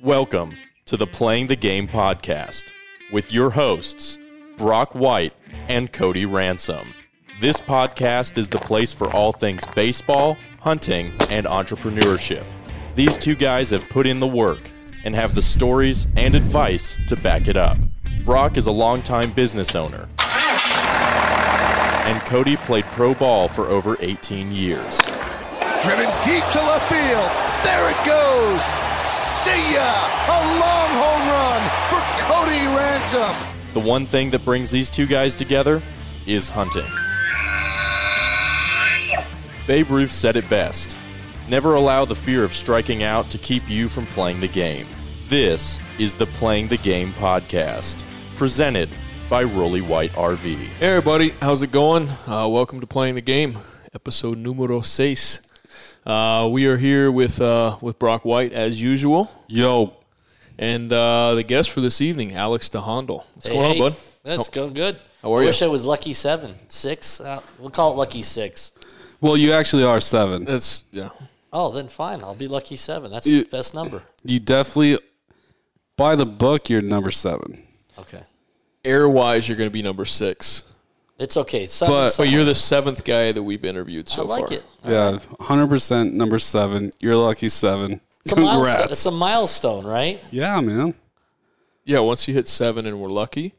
Welcome to the Playing the Game podcast with your hosts, Brock White and Cody Ransom. This podcast is the place for all things baseball, hunting, and entrepreneurship. These two guys have put in the work and have the stories and advice to back it up. Brock is a longtime business owner, and Cody played pro ball for over 18 years. Driven deep to left field. There it goes. See ya! A long home run for Cody Ransom. The one thing that brings these two guys together is hunting. Babe Ruth said it best Never allow the fear of striking out to keep you from playing the game. This is the Playing the Game podcast, presented by Rolly White RV. Hey everybody, how's it going? Uh, welcome to playing the game, episode numero seis. Uh, we are here with uh, with Brock White as usual, Yo. and uh, the guest for this evening, Alex DeHondel. What's going on, bud? Oh. That's going good. How are I you? wish I was lucky seven, six. Uh, we'll call it lucky six. Well, you actually are seven. That's yeah. Oh, then fine. I'll be lucky seven. That's You- the best number. You definitely, by the book, you're number seven. Okay. Air wise, you're going to be number six, It's okay. Seven, But- but you're the seventh guy that we've interviewed I so like far. it. Yeah, hundred percent number seven. You're lucky seven. It's a, milestone. Congrats. it's a milestone, right? yeah, man. Yeah, once you hit seven and we're lucky,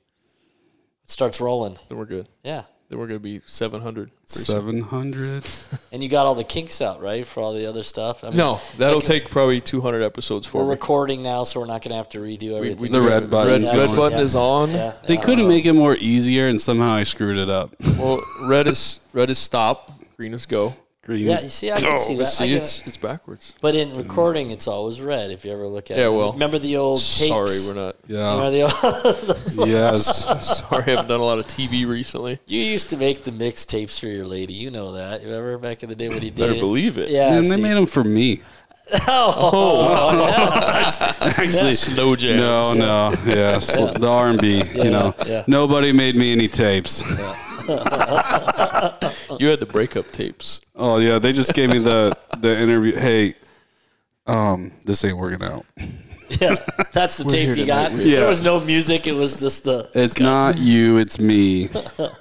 It starts rolling. then we're good. Yeah. Then we're going to be seven hundred. Seven hundred. And you got all the kinks out, right, for all the other stuff? I mean, No, that'll take probably two hundred episodes for We're me. recording now, so we're not going to have to redo everything. The red button. Red, red Yeah. button is on. yeah. They could have made it more easier, and somehow I screwed it up. Well, red is red is stop. Green is go. Green Yeah, is- you see, I Oh, can see that. I See, can- it's it's backwards. but in recording, it's always red if you ever look at Yeah, it. well, Remember the old tapes? Sorry, we're not. yeah. Remember the old yes. Sorry, I haven't done a lot of TV recently. You used to make the mixtapes for your lady. You know that. Remember back in the day when he did Better it? believe it. Yeah. And they see, made them for me. Actually, Slow jam. no, no, yeah, sl- the R and B. You know, yeah. nobody made me any tapes. You had the breakup tapes. Oh yeah, they just gave me the the interview. Hey, um, this ain't working out. Yeah. That's the tape you got. Yeah. There was no music. It was just the. It's not you, it's me.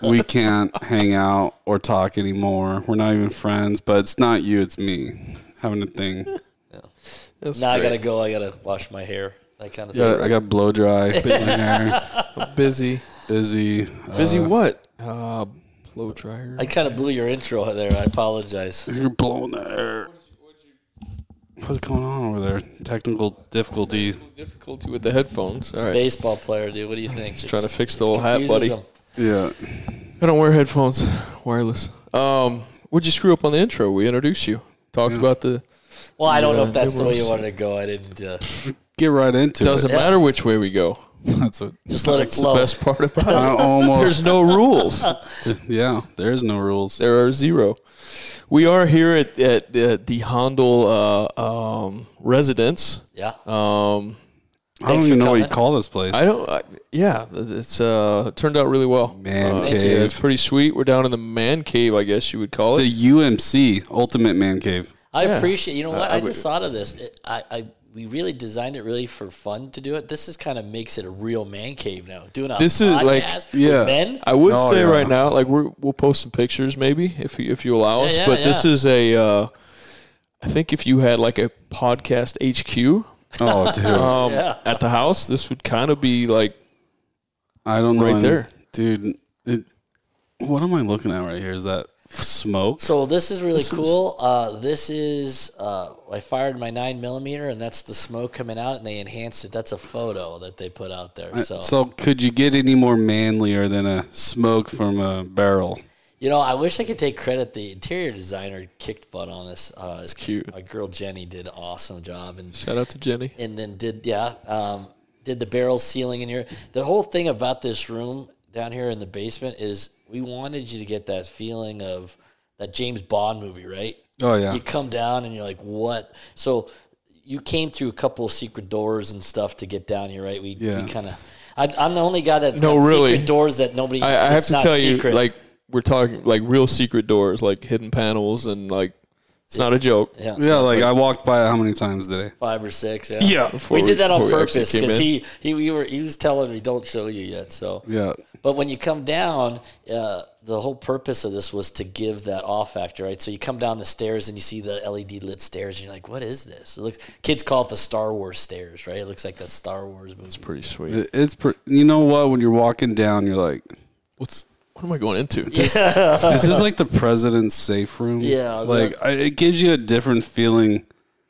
We can't hang out or talk anymore. We're not even friends, but it's not you, it's me. Having a thing. That's Now I great. gotta go. I gotta wash my hair. That kind of thing. Uh, I got blow dry, my hair, busy. busy. Uh, Busy what? Uh, blow dryer. I kind of blew your intro there. I apologize. you're blowing the air. What's going on over there? Technical difficulty. difficulty with the headphones. All right. Baseball player, dude. What do you think? Just trying to fix the old hat, buddy. Yeah. I don't wear headphones. Wireless. Um, what'd you screw up on the intro? We introduced you. Talked about the. Well, I don't know Yeah, if that's the way liberals. you wanted to go. I didn't. Uh, Get right into Doesn't Yeah. matter which way we go. it. That's what. just let it It's the flow. best part about it. I almost. There's no rules. Yeah, there's no rules. There are zero. We are here at, at the, the Hondel uh, um, residence. Yeah. Um, I don't Thanks even for know what you coming. call this place. I don't. I, yeah, it's- it's uh turned out really well. Man Uh, cave. yeah, it's pretty sweet. We're down in the man cave, I guess you would call it. The UMC, Ultimate Man Cave. I Yeah. appreciate. You know what? I, I would- just thought of this. It, I, I we really designed it really for fun to do it. This is kind of makes it a real man cave now. Doing a This is podcast like- with yeah. men. I would Oh, say yeah. right now, like we're, we'll post some pictures maybe if you- if you allow us. yeah, but this yeah. is a. Uh, I think if you had like a podcast HQ Oh, dude. um, Yeah. at the house, this would kind of be like I don't know. Right any- there. dude. It, what am I looking at right here? Is that f- smoke? so this is really cool. Uh, this is uh, I fired my nine millimeter, and that's the smoke coming out, and they enhanced it. That's a photo that they put out there. So, So, could you get any more manlier than a smoke from a barrel? you know, I wish I could take credit. The interior designer kicked butt on this. Uh, it's cute. My girl Jenny did an awesome job, and shout out to Jenny. and then did yeah um, did the barrel ceiling in here the whole thing about this room down here in the basement is we wanted you to get that feeling of that james bond movie right Oh yeah, you come down and you're like what so you came through a couple of secret doors and stuff to get down here right we, Yeah. we kind of I'm the only guy that's No, got really. secret doors that nobody. I, I have it's to not tell secret. you, like we're talking like real secret doors, like hidden panels and like It's not a joke. Yeah, so Yeah, like I walked by it how many times today? five or six. Yeah, Before we did that on before we actually purpose came because in. he he we were he was telling me don't show you yet. So Yeah. But when you come down, uh, the whole purpose of this was to give that awe factor, right? So you come down the stairs and you see the LED lit stairs, and you're like, "What is this?" It looks kids call it the Star Wars stairs, right? It looks like a Star Wars movie. Pretty sweet. It- It's pre- you know what when you're walking down you're like What's what am I going into? is this like the president's safe room? Yeah, Like I, it gives you a different feeling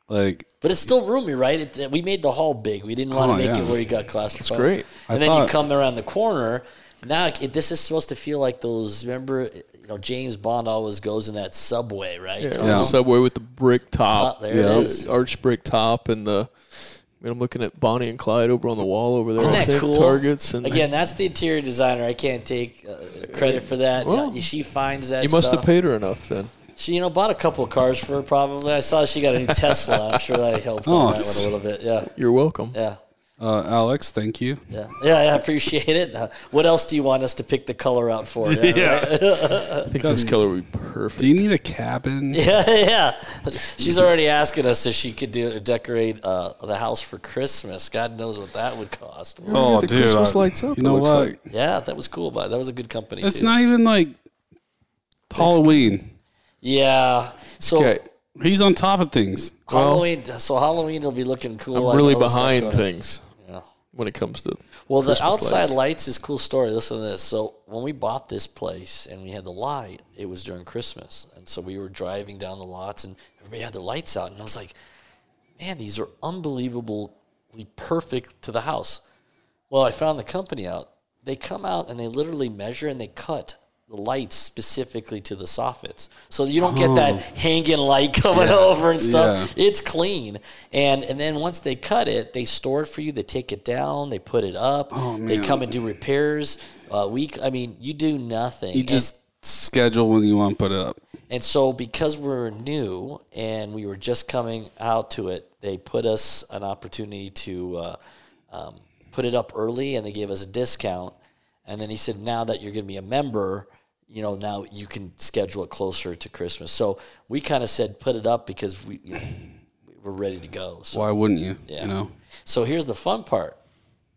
like but it's still roomy, right? It, we made the hall big. We didn't want to Oh, make yeah. it where you got claustrophobic. great. And I then you thought- come around the corner. Now it, this is supposed to feel like those. Remember, you know, James Bond always goes in that subway, right? To Yeah. Subway with the brick Oh, top, there Yeah. it Uh, is. arch brick top, and the. I mean, I'm looking at Bonnie and Clyde over on the wall over there. Isn't I that think cool? targets and Again, that's the interior designer. I can't take uh, credit for that. Well, Yeah, she finds that. You must have stuff. paid her enough then. She, you know, bought a couple of cars for her. Probably, I saw she got a new Tesla. I'm sure that helped Oh, on that one it's- a little bit. Yeah, You're welcome. yeah, uh, Alex, thank you. yeah, yeah. yeah I appreciate it. Uh, what else do you want us to pick the color out for? Yeah, Yeah. I think this color would be perfect. Do you need a cabin? yeah, yeah. She's already asking us if she could do decorate uh, the house for Christmas. God knows what that would cost. Oh, the Christmas lights up. You know it looks what? like Yeah, that was cool, but that was a good company. It's too. not even like Halloween. Yeah. So okay. He's on top of things. Halloween. so Halloween will be looking I'm cool. I really know this stuff behind going on. things Yeah. when it comes to. Well, the Christmas outside lights. lights. is a cool story. Listen to this. So when we bought this place and we had the light, it was during Christmas, and so we were driving down the lots, and everybody had their lights out, and I was like, "Man, these are unbelievably perfect to the house." Well, I found the company out. They come out and they literally measure and they cut the lights specifically to the soffits, so you don't get Oh. that hanging light coming over and stuff. It's clean, and and then once they cut it, they store it for you. They take it down, they put it up, Oh, they come and do repairs. Uh, week, I mean, you do nothing. You just schedule when you want to put it up. And so, because we're new and we were just coming out to it, they put us an opportunity to uh, um, put it up early, and they gave us a discount. And then he said, "Now that you're going to be a member, you know, now you can schedule it closer to Christmas." So we kind of said, "Put it up because we you know, we're ready to go." So, Why wouldn't you? Yeah. You know? so here's the fun part.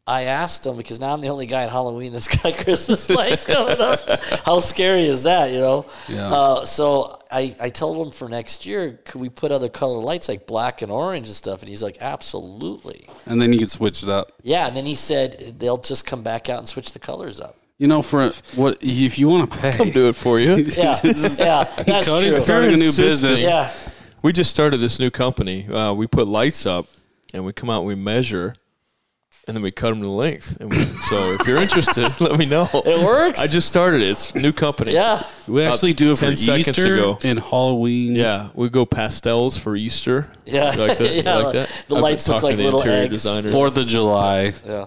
I asked him because now I'm the only guy at Halloween that's got Christmas lights coming up. How scary is that, you know? Yeah. Uh, so I, I told him for next year, could we put other color lights like black and orange and stuff? And he's like, absolutely. and then you could switch it up. Yeah. And then he said, they'll just come back out and switch the colors up. You know, for what if you want to pay? Come do it for you. Yeah. yeah. That's Cody's true. starting a new Assistant. business. Yeah. we just started this new company. Uh, we put lights up, and we come out and we measure, and then we cut them to length. And we, so if you're interested, let me know. It works. I just started it. It's a new company. Yeah. We actually About do it 10 for seconds Easter ago. and Halloween. Yeah, we go pastels for Easter. Yeah. You like that? You Yeah, like that? the I've been lights look talking like to the little interior eggs. designer. Fourth of July. Yeah.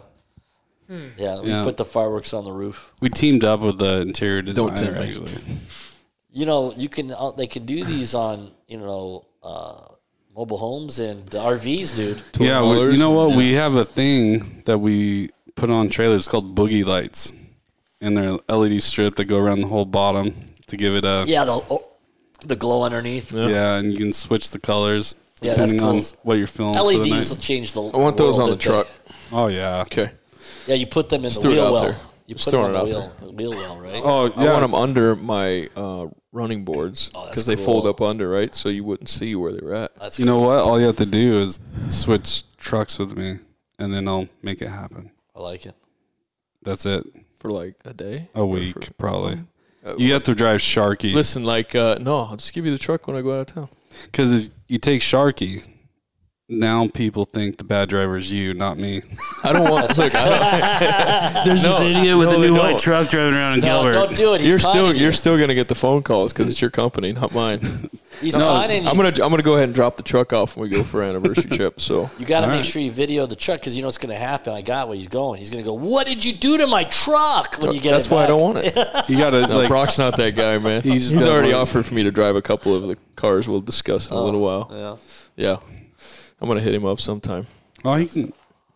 Yeah. We Yeah. put the fireworks on the roof. We teamed up with the interior designer. Don't tempt me. actually. you know, you can uh, they can do these on you know uh, mobile homes and RVs, dude. Yeah, we, $12. you know what? We have a thing that we put on trailers. It's called boogie lights, and they're LED strip that go around the whole bottom to give it a yeah, Yeah, the oh, the glow underneath. and you can switch the colors. Yeah, that's depending on cool. what you're filming. for the LEDs will night. E change the. I want those on the truck. Oh yeah. E Okay. Yeah, you put them in the throw it wheel out well. there. You Just put them throwing on the it wheel, out wheel well, right? Oh I yeah. want them under my uh, running boards Oh, that's because they fold cool. up under, right? So you wouldn't see where they were at. That's you know what? All you have to do is switch trucks with me, and then I'll make it happen. cool. I like it. That's it. for like a day. A week probably. You have to drive Sharky Listen, like, uh, no, I'll just give you the truck when I go out of town. because if you take Sharky, now people think the bad driver is you, not me. I don't want. look, I don't, There's this idiot with no, a they new don't. white truck driving around in No, Gilbert. don't do it. He's you're still conning you. you're still gonna get the phone calls because it's your company, not mine. He's conning I'm you. gonna I'm gonna go ahead and drop the truck off when we go for our anniversary trip. So You got to make right. sure you video the truck because you know what's going to happen. I got where he's going. He's going to go, "What did you do to my truck?" When you get that's it why I back. don't want it. You gotta No, like Brock's not that guy, man. He's, just already definitely- offered for me to drive a couple of the cars. We'll discuss in a little while. Yeah. Oh, Yeah, I'm gonna hit him up sometime. Oh, you can.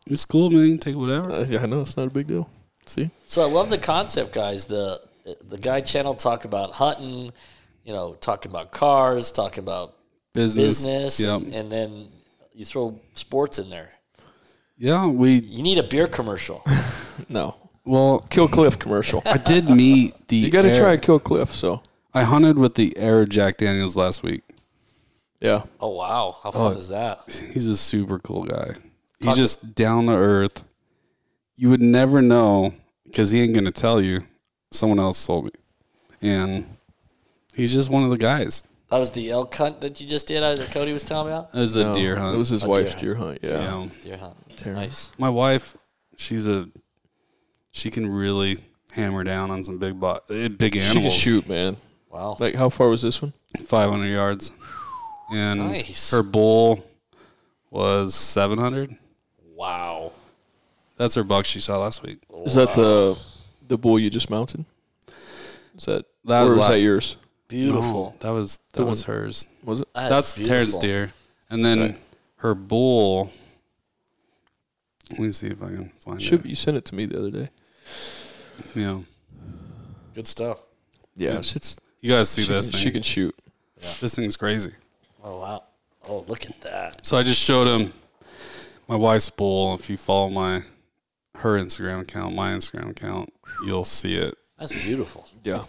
It's cool, man. You can take whatever. Uh, yeah, I know it's not a big deal. See, So I love the concept, guys. The the guy channel talk about hunting, you know, talking about cars, talking about business. business, Yep. and, and then you throw sports in there. Yeah, we You need a beer commercial. No. well. Kill Cliff commercial. I did meet the. You got to air- try Kill Cliff. So, I hunted with the air Jack Daniels last week. yeah. Oh wow, how fun is that? He's a super cool guy. He's just down to earth. You would never know because he ain't gonna tell you. Someone else sold me, and he's just one of the guys. That was the elk hunt that you just did. uh, That Cody was telling me about. It was a No, deer hunt. It was his wife's deer hunt. Yeah. You know, Deer hunt. Terrible. Nice. my wife, she's a, she can really hammer down on some big bo- eh, big She can animals. shoot, man. Wow. Like, how far was this one? 500 yards, and Nice. her bull was 700. Wow. That's her buck she saw last week. Is that the the bull you just mounted? Is that That or was was, la- that yours? Beautiful. that was that was hers. Was it? That's Terrence beautiful. deer, and then her bull. Let me see if I can find Should it. be, you sent it to me the other day? Yeah, Good stuff. Yeah, it's you guys see she this can, thing? she can shoot. this thing's crazy. Oh wow. Oh look at that. So I just showed him my wife's bull. If you follow my her Instagram account, my Instagram account, you'll see it. That's beautiful. Yeah, Yeah,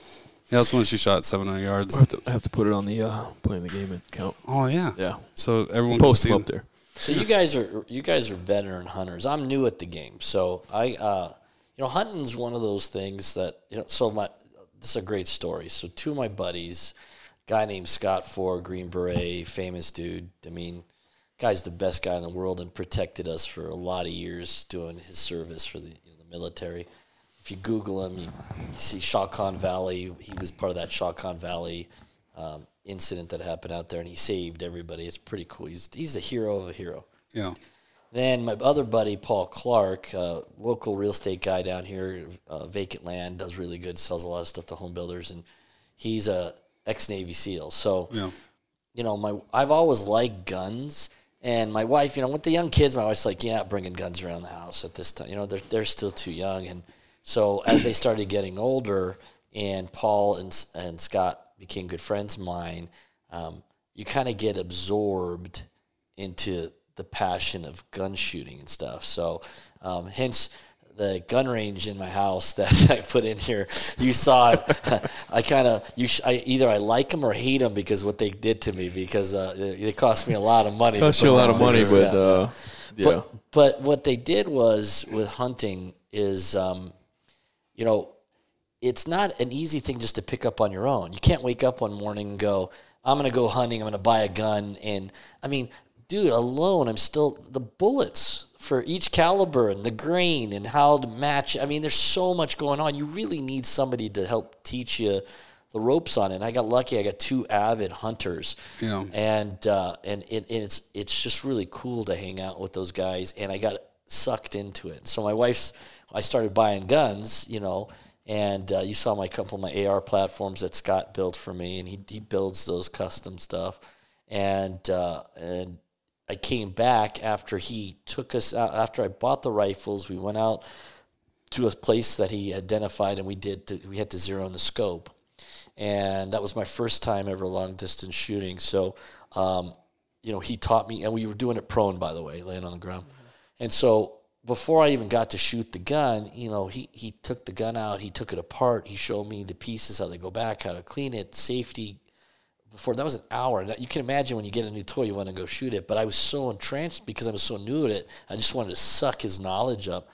that's when she shot 700 yards. I have to, I have to put it on the uh, playing the game account. Oh yeah, Yeah, So everyone post can them see up there. So you guys are you guys are veteran hunters. I'm new at the game, so I uh, you know hunting's one of those things that you know. So my this is a great story. So two of my buddies, guy named Scott Four, Green Beret, famous dude. I mean, guy's the best guy in the world and protected us for a lot of years doing his service for the, you know, the military. If you Google him, you, you see Shot Khan Valley. He was part of that Shot Khan Valley um, incident that happened out there, and he saved everybody. It's pretty cool. He's he's the hero of a hero. Yeah, Then my other buddy Paul Clark, uh, local real estate guy down here, uh, vacant land, does really good, sells a lot of stuff to home builders, and he's a ex Navy SEAL. So yeah. you know, my I've always liked guns, and my wife, you know, with the young kids, my wife's like, yeah, bringing guns around the house at this time. You know, they're they're still too young, and so as they started getting older, and Paul and S- and Scott became good friends of mine, um, you kind of get absorbed into the passion of gun shooting and stuff. So, um, hence the gun range in my house that I put in here. You saw it. I kind of you. Sh- I either I like them or hate them because what they did to me because uh, it, it cost me a lot of money. to Cost put you a them lot of on money, here. but Yeah. uh, yeah, But, but what they did was with hunting is, um, you know, it's not an easy thing just to pick up on your own. You can't wake up one morning and go, I'm going to go hunting. I'm going to buy a gun. And I mean, dude, alone, I'm still the bullets for each caliber and the grain and how to match. I mean, there's so much going on. You really need somebody to help teach you the ropes on it. And I got lucky. I got two avid hunters Yeah. and uh, and it, and it's it's just really cool to hang out with those guys. And I got sucked into it. So my wife's, I started buying guns, you know. And uh, you saw my couple of my AR platforms that Scott built for me, and he he builds those custom stuff. And uh, and I came back after he took us out. After I bought the rifles, we went out to a place that he identified, and we did. To, we had to zero in the scope, and that was my first time ever long distance shooting. So, um, you know, he taught me, and we were doing it prone, by the way, laying on the ground. And so, before I even got to shoot the gun, you know, he he took the gun out, he took it apart, he showed me the pieces, how they go back, how to clean it, safety, before that was an hour. And You can imagine when you get a new toy, you want to go shoot it. But I was so entranced because I was so new at it. I just wanted to suck his knowledge up,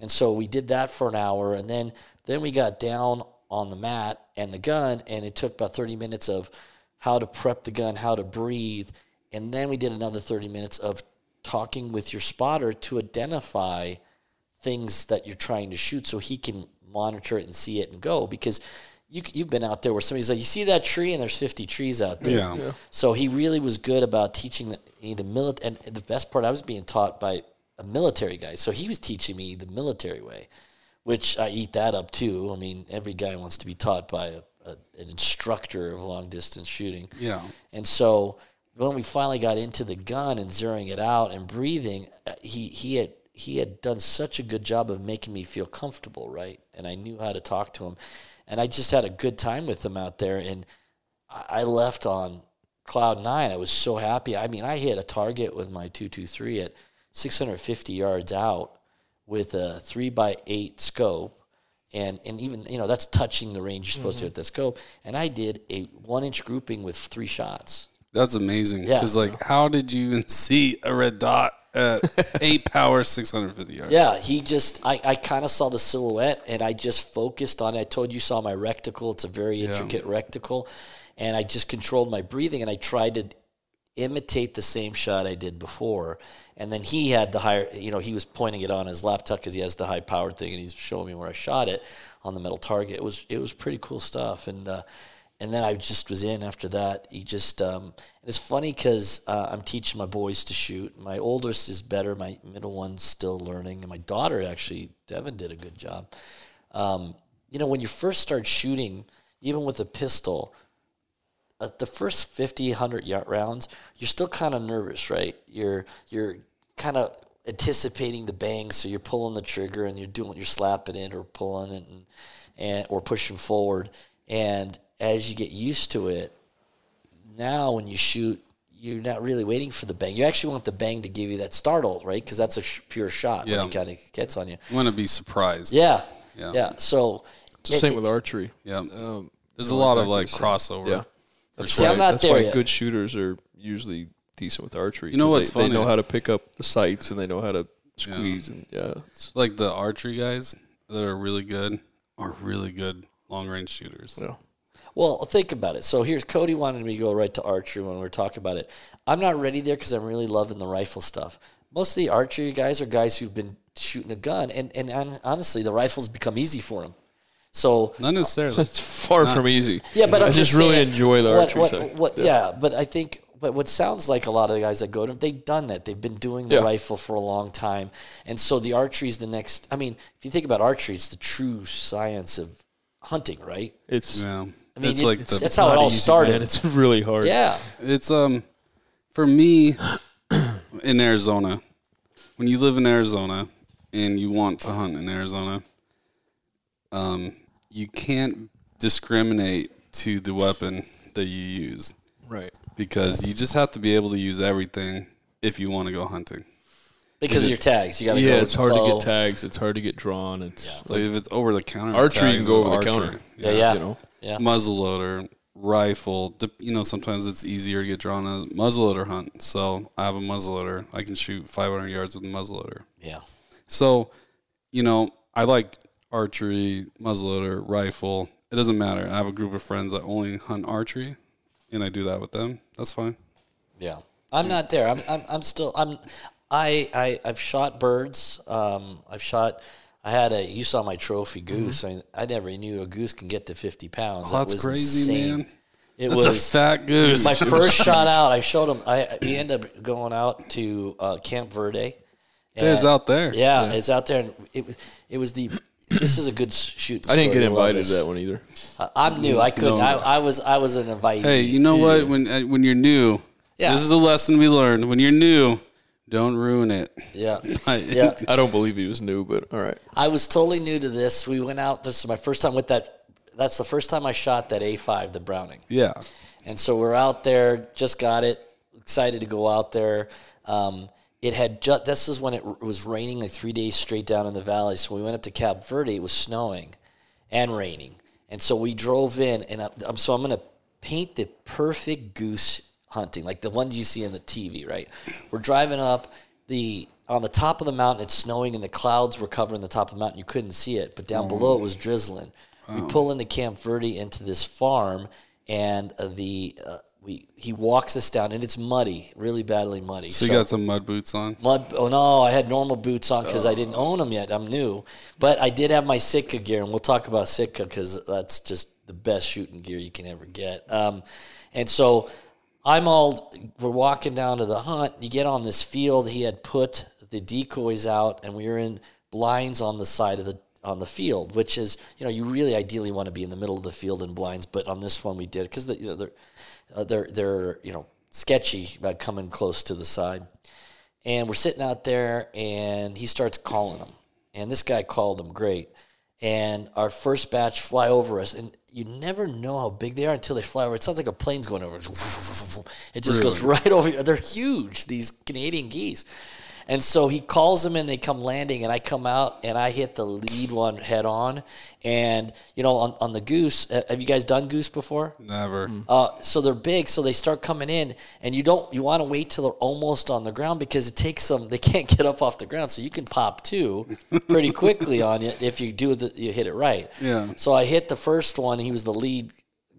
and so we did that for an hour, and then then we got down on the mat and the gun, and it took about thirty minutes of how to prep the gun, how to breathe, and then we did another thirty minutes of talking with your spotter to identify things that you're trying to shoot so he can monitor it and see it and go because you, c- you've been out there where somebody's like you see that tree and there's 50 trees out there Yeah. Yeah. so he really was good about teaching the, eh, the military and the best part i was being taught by a military guy so he was teaching me the military way which i eat that up too i mean every guy wants to be taught by a, a, an instructor of long distance shooting Yeah. and so when we finally got into the gun and zeroing it out and breathing, uh, he he had he had done such a good job of making me feel comfortable, right? And I knew how to talk to him, and I just had a good time with him out there. And I I left on cloud nine. I was so happy. I mean, I hit a target with my two two three at six hundred fifty yards out with a three by eight scope, and and even you know that's touching the range you're supposed to hit that scope. And I did a one inch grouping with three shots. That's amazing. Yeah. Because like, how did you even see a red dot at eight power, six hundred fifty yards? Yeah, he just I, I kind of saw the silhouette and I just focused on it. I told you saw my rectical. It's a very intricate rectical. And I just controlled my breathing and I tried to imitate the same shot I did before. And then he had the higher, you know, he was pointing it on his laptop because he has the high powered thing and he's showing me where I shot it on the metal target. It was it was pretty cool stuff. And uh, and then I just was in after that. He just um, and it's funny because uh, I'm teaching my boys to shoot. My oldest is better. My middle one's still learning, and my daughter actually Devin did a good job. Um, you know, when you first start shooting, even with a pistol, at the first 50 100 yard rounds you're still kind of nervous right you're you're kind of anticipating the bang so you're pulling the trigger and you're doing you're slapping it or pulling it and, and or pushing forward and as you get used to it now when you shoot you're not really waiting for the bang you actually want the bang to give you that startle right because that's a sh- pure shot when Yeah. it kind of gets on you You want to be surprised. yeah Yeah. yeah, so It's the it- same with archery. Yeah. Um, There's a lot of exactly like the same. crossover. Yeah. That's sure. why, See, I'm not that's there why yet. good shooters are usually decent with archery. You know 'cause what's they, They know funny? how to pick up the sights and they know how to squeeze and yeah. It's, Like the archery guys that are really good are really good long range shooters. yeah. Well, think about it. So here's Cody wanted me to go right to archery when we were talking about it. I'm not ready there because I'm really loving the rifle stuff. Most of the archery guys are guys who've been shooting a gun, and and hon- honestly, the rifles become easy for them. So Not necessarily. It's far from easy. yeah, but I I'm just, really saying, enjoy the what- archery what- side. what- yeah. but I think but what sounds like a lot of the guys that go to they've done that. They've been doing the Yeah. rifle for a long time, and so the archery is the next. I mean, if you think about archery, it's the true science of hunting, right? It's yeah. mean, it's it- like it's- the that's how it not all easy, started. man. It's really hard. Yeah, It's um for me in Arizona. When you live in Arizona and you want to hunt in Arizona, um you can't discriminate to the weapon that you use Right. because you just have to be able to use everything if you want to go hunting. because of your tags, you got to go. Yeah, with it's hard to bow. get tags. It's hard to get drawn. It's Like if it's over the counter Archery, you can tags, go over the archery. counter. Yeah, yeah. you know. Yeah. muzzleloader, rifle. dep- You know, sometimes it's easier to get drawn a muzzleloader hunt. So I have a muzzleloader. I can shoot 500 yards with a muzzleloader. Yeah. So, you know, I like archery, muzzleloader, rifle. It doesn't matter. I have a group of friends that only hunt archery, and I do that with them. That's fine. Yeah. I'm not there. I'm I'm, I'm still I'm I, I I've shot birds. Um I've shot I had a you saw my trophy Mm-hmm. goose. I mean, I never knew a goose can get to fifty pounds. Oh, that's crazy, man. It That's a was fat goose. my first shot out. I showed him I we ended up going out to uh, Camp Verde. There's and- out there. Yeah, it's out there and it was- it was the this is a good s- shoot. I didn't story. get I love invited this. to that one either. I, I'm new. I couldn't. I, I was. I was an invitee. Hey, you know what? When uh, when you're new, Yeah. this is a lesson we learned. When you're new, don't ruin it. Yeah. I- Yeah. I don't believe he was new, but all right. I was totally new to this. We went out. This is my first time with that. That's the first time I shot that A5, the Browning. yeah. And so we're out there, just got it, excited to go out there. Um, it had just, this is when it r- was raining like three days straight down in the valley. So we went up to Cap Verde, it was snowing and raining. And so we drove in, and I, I'm, so I'm going to paint the perfect goose hunting, like the ones you see on the TV, right? We're driving up the, on the top of the mountain, it's snowing and the clouds were covering the top of the mountain. You couldn't see it, but down below it was drizzling. We pull into Camp Verde into this farm, and uh, the uh, we he walks us down, and it's muddy, really badly muddy. So you got some mud boots on. mud. Oh no, I had normal boots on because I didn't own them yet. I'm new, but I did have my Sitka gear, and we'll talk about Sitka because that's just the best shooting gear you can ever get. Um, and so I'm all we're walking down to the hunt. You get on this field. He had put the decoys out, and we were in blinds on the side of the on the field, which is you know you really ideally want to be in the middle of the field in blinds, but on this one we did because the, you know, they're uh, they're they're you know sketchy about coming close to the side, and we're sitting out there, and he starts calling them, and this guy called him great, and our first batch fly over us, and you never know how big they are until they fly over. It sounds like a plane's going over. It just goes right over. you. They're huge. These Canadian geese. And so he calls them and they come landing, and I come out and I hit the lead one head on. And, you know, on, on the goose, uh, have you guys done goose before? Never. Uh, so they're big, so they start coming in, and you don't you want to wait till they're almost on the ground because it takes them. They can't get up off the ground, so you can pop two pretty quickly on it if you do the, you hit it right. Yeah. So I hit the first one. He was the lead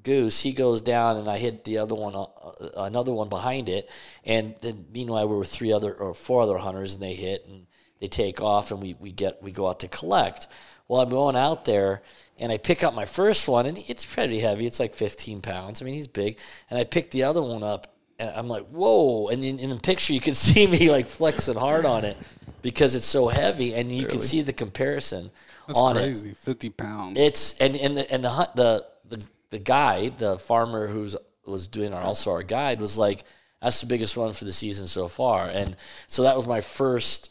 goose. He goes down, and I hit the other one, uh, uh, another one behind it. And then meanwhile, we were three other or four other hunters, and they hit and they take off, and we we get we go out to collect. Well, I'm going out there, and I pick up my first one, and it's pretty heavy. It's like 15 pounds. I mean, he's big. And I pick the other one up, and I'm like, whoa. And in, in the picture, you can see me like flexing hard on it because it's so heavy, and you can see the comparison That's on it. crazy. 50 pounds. It's and and the and the hunt the the, the guide, the farmer who's was doing our also our guide was like, that's the biggest one for the season so far, and so that was my first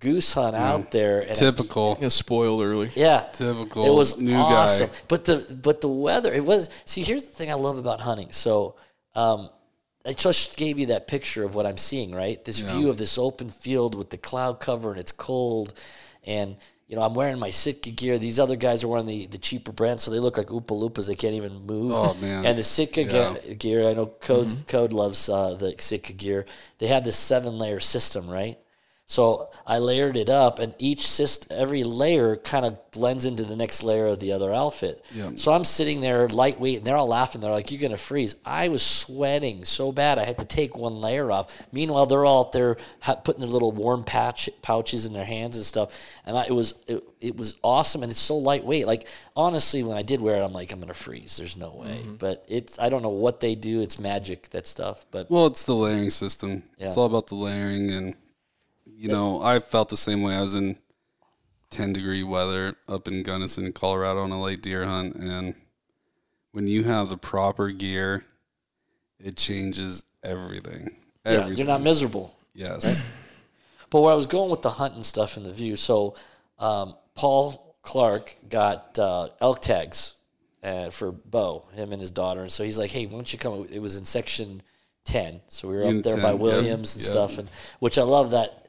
goose hunt out there. And I- Mm. Typical. Yeah, spoiled early. yeah, Typical It was new guy. awesome, but the but the weather. It was see. Here's the thing I love about hunting. So, um, I just gave you that picture of what I'm seeing. Right, this view of this open field with the cloud cover and it's cold, and you know I'm wearing my Sitka gear. These other guys are wearing the, the cheaper brands, so they look like Oopa Loopas. They can't even move. Oh, man. Mm-hmm. And the Sitka ge- gear. I know Code Code loves uh, the Sitka gear. They have this seven layer system, right? So I layered it up, and each syst- every layer kind of blends into the next layer of the other outfit. So I'm sitting there lightweight, and they're all laughing. They're like, "You're gonna freeze!" I was sweating so bad I had to take one layer off. Meanwhile, they're all out there ha- putting their little warm patch pouches in their hands and stuff. And I, it was it, it was awesome, and it's so lightweight. Like honestly, when I did wear it, I'm like, "I'm gonna freeze." There's no way. But it's I don't know what they do. It's magic that stuff. But Well, it's the layering system. Yeah. It's all about the layering, and you know, I felt the same way. I was in ten degree weather up in Gunnison, Colorado, on a late deer hunt, and when you have the proper gear, it changes everything. yeah, Everything. you're not miserable. yes. But where I was going with the hunt and stuff in the view, so um, Paul Clark got uh, elk tags uh, for Bo, him and his daughter, and so he's like, "Hey, why don't you come?" It was in section ten, so we were In up there by 10, yep, Williams and yep. stuff, and which I love that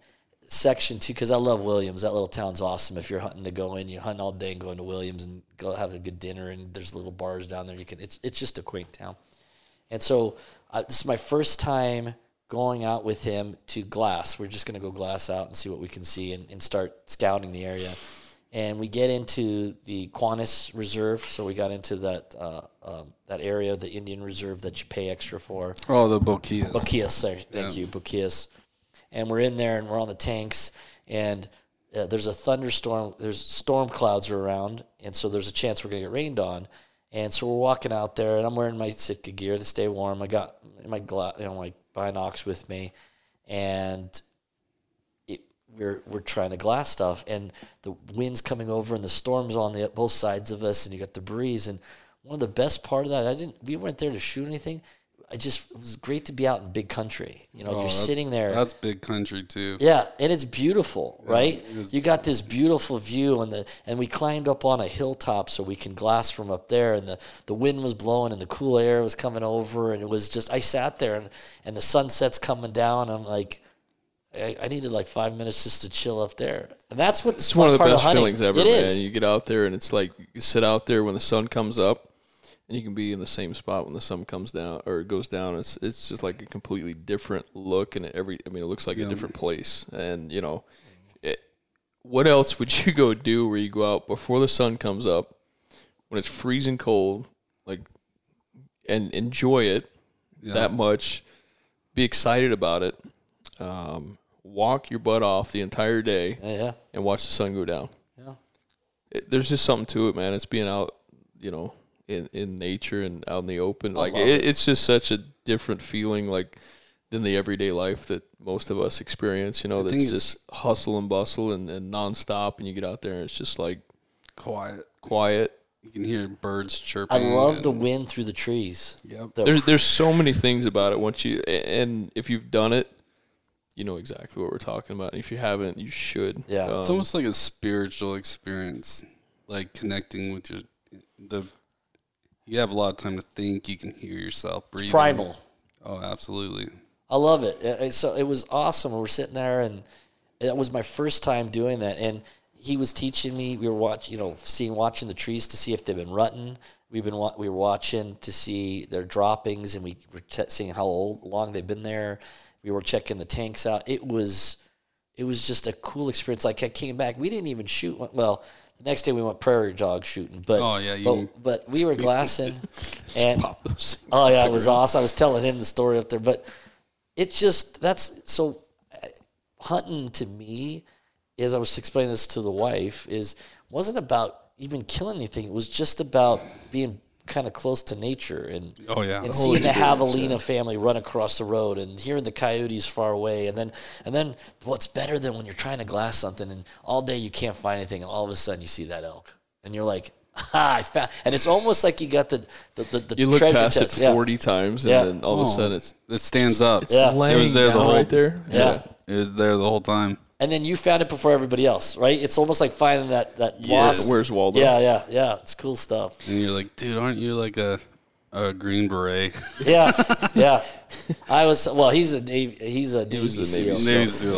section too because I love Williams. That little town's awesome. If you're hunting to go in, you hunt all day and go into Williams and go have a good dinner, and there's little bars down there. You can. It's it's just a quaint town. And so uh, this is my first time going out with him to glass. We're just going to go glass out and see what we can see and, and start scouting the area. And we get into the Kiwanis Reserve. So we got into that uh, um, that area, the Indian Reserve that you pay extra for. Oh, the bokias. Bukias, there. Thank you, Bukias. And we're in there and we're on the tanks and uh, there's a thunderstorm. There's storm clouds are around and so there's a chance we're gonna get rained on. And so we're walking out there and I'm wearing my Sitka gear to stay warm. I got my gla- you know my binocs with me and it, we're we're trying to glass stuff, and the wind's coming over, and the storms on the both sides of us, and you got the breeze. And one of the best part of that, I didn't. We weren't there to shoot anything. I just it was great to be out in big country. You know, you're sitting there. That's big country too. Yeah, and it's beautiful, right? You got this beautiful view, and the and we climbed up on a hilltop so we can glass from up there, and the, the wind was blowing, and the cool air was coming over, and it was just I sat there, and and the sunset's coming down. And I'm like, I, I needed like five minutes just to chill up there, and that's what It's one of the part best hunting. feelings ever, It man. is. You get out there and it's like you sit out there when the sun comes up, and you can be in the same spot when the sun comes down or goes down. It's it's just like a completely different look, and every I mean, it looks like a different place. And you know, it, what else would you go do where you go out before the sun comes up, when it's freezing cold, like, and enjoy it that much, be excited about it, um, walk your butt off the entire day yeah, and watch the sun go down. Yeah. It, there's just something to it, man. It's being out, you know, in, in nature and out in the open. Like it, it's just such a different feeling, like than the everyday life that most of us experience. You know, that's think just hustle and bustle and, and nonstop, and you get out there and it's just like Quiet. quiet. You can hear birds chirping. I love the wind through the trees. Yep. The- There's there's so many things about it once you and if you've done it, you know exactly what we're talking about. And if you haven't, you should. Yeah. Um, It's almost like a spiritual experience. like connecting with your the. You have a lot of time to think. You can hear yourself breathing. primal. Oh, absolutely. I love it. Uh, uh, So it was awesome. We were sitting there, and that was my first time doing that. And he was teaching me. We were watching, you know, seeing watching the trees to see if they've been rutting. We've been wa- we were watching to see their droppings, and we were che seeing how old long they've been there. We were checking the tanks out. It was it was just a cool experience. Like I came back, we didn't even shoot. one- Well, the next day we went prairie dog shooting, but Oh, yeah, you- but, but we were glassing, and Pop those. things Oh yeah, off it was the ground. awesome. I was telling him the story up there, but it's just that's so uh, hunting to me. As I was explaining this to the wife, is wasn't about even killing anything. It was just about being kind of close to nature and Oh, yeah. and The whole seeing the javelina family run across the road and hearing the coyotes far away and then and then what's better than when you're trying to glass something and all day you can't find anything and all of a sudden you see that elk and you're like ah, I found and it's almost like you got the the the, the You look treasure past chest. it Yeah. forty times, and Yeah. Oh. then all of a sudden it's It stands up. Yeah. It was there the down whole. right there. Yeah. It was there the whole time. And then you found it before everybody else, right? It's almost like finding that that lost. Where's Waldo? Yeah, yeah, yeah. It's cool stuff. And you're like, dude, aren't you like a a green beret? Yeah, yeah. I was well. He's a Navy, he's a Navy, was a SEAL. Navy so-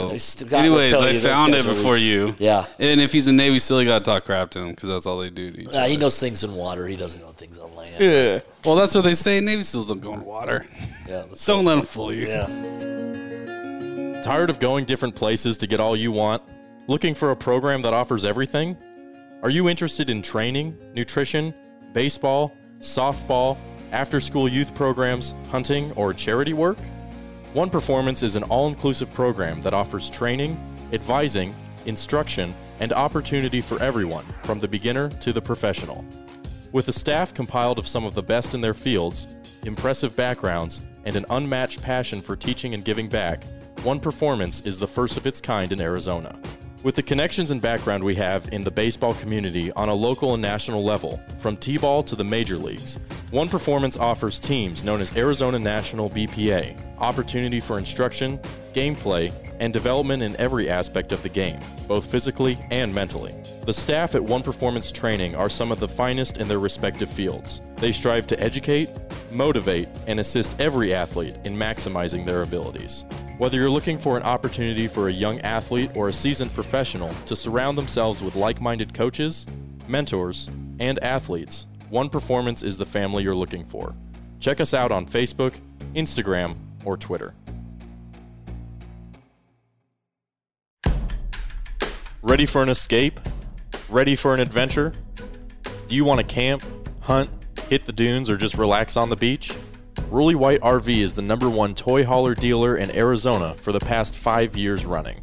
Navy SEAL. Scott would Anyways, tell I you those found guys it are- before you. Yeah. And if he's a Navy SEAL, you gotta talk crap to him because that's all they do to each Nah, other. he knows things in water. He doesn't know things on land. Yeah. Well, that's what they say. Navy SEALs don't go in water. Yeah, let's Don't let them fool you. yeah. Tired of going different places to get all you want? Looking for a program that offers everything? Are you interested in training, nutrition, baseball, softball, after school youth programs, hunting, or charity work? One Performance is an all inclusive program that offers training, advising, instruction, and opportunity for everyone, from the beginner to the professional. With a staff compiled of some of the best in their fields, impressive backgrounds, and an unmatched passion for teaching and giving back, One Performance is the first of its kind in Arizona. With the connections and background we have in the baseball community on a local and national level, from T ball to the major leagues, One Performance offers teams known as Arizona National BPA opportunity for instruction, gameplay, and development in every aspect of the game, both physically and mentally. The staff at One Performance Training are some of the finest in their respective fields. They strive to educate, motivate, and assist every athlete in maximizing their abilities. Whether you're looking for an opportunity for a young athlete or a seasoned professional to surround themselves with like minded coaches, mentors, and athletes, One Performance is the family you're looking for. Check us out on Facebook, Instagram, or Twitter. Ready for an escape? Ready for an adventure? Do you want to camp, hunt, hit the dunes, or just relax on the beach? Rolly White RV is the number one toy hauler dealer in Arizona for the past five years running.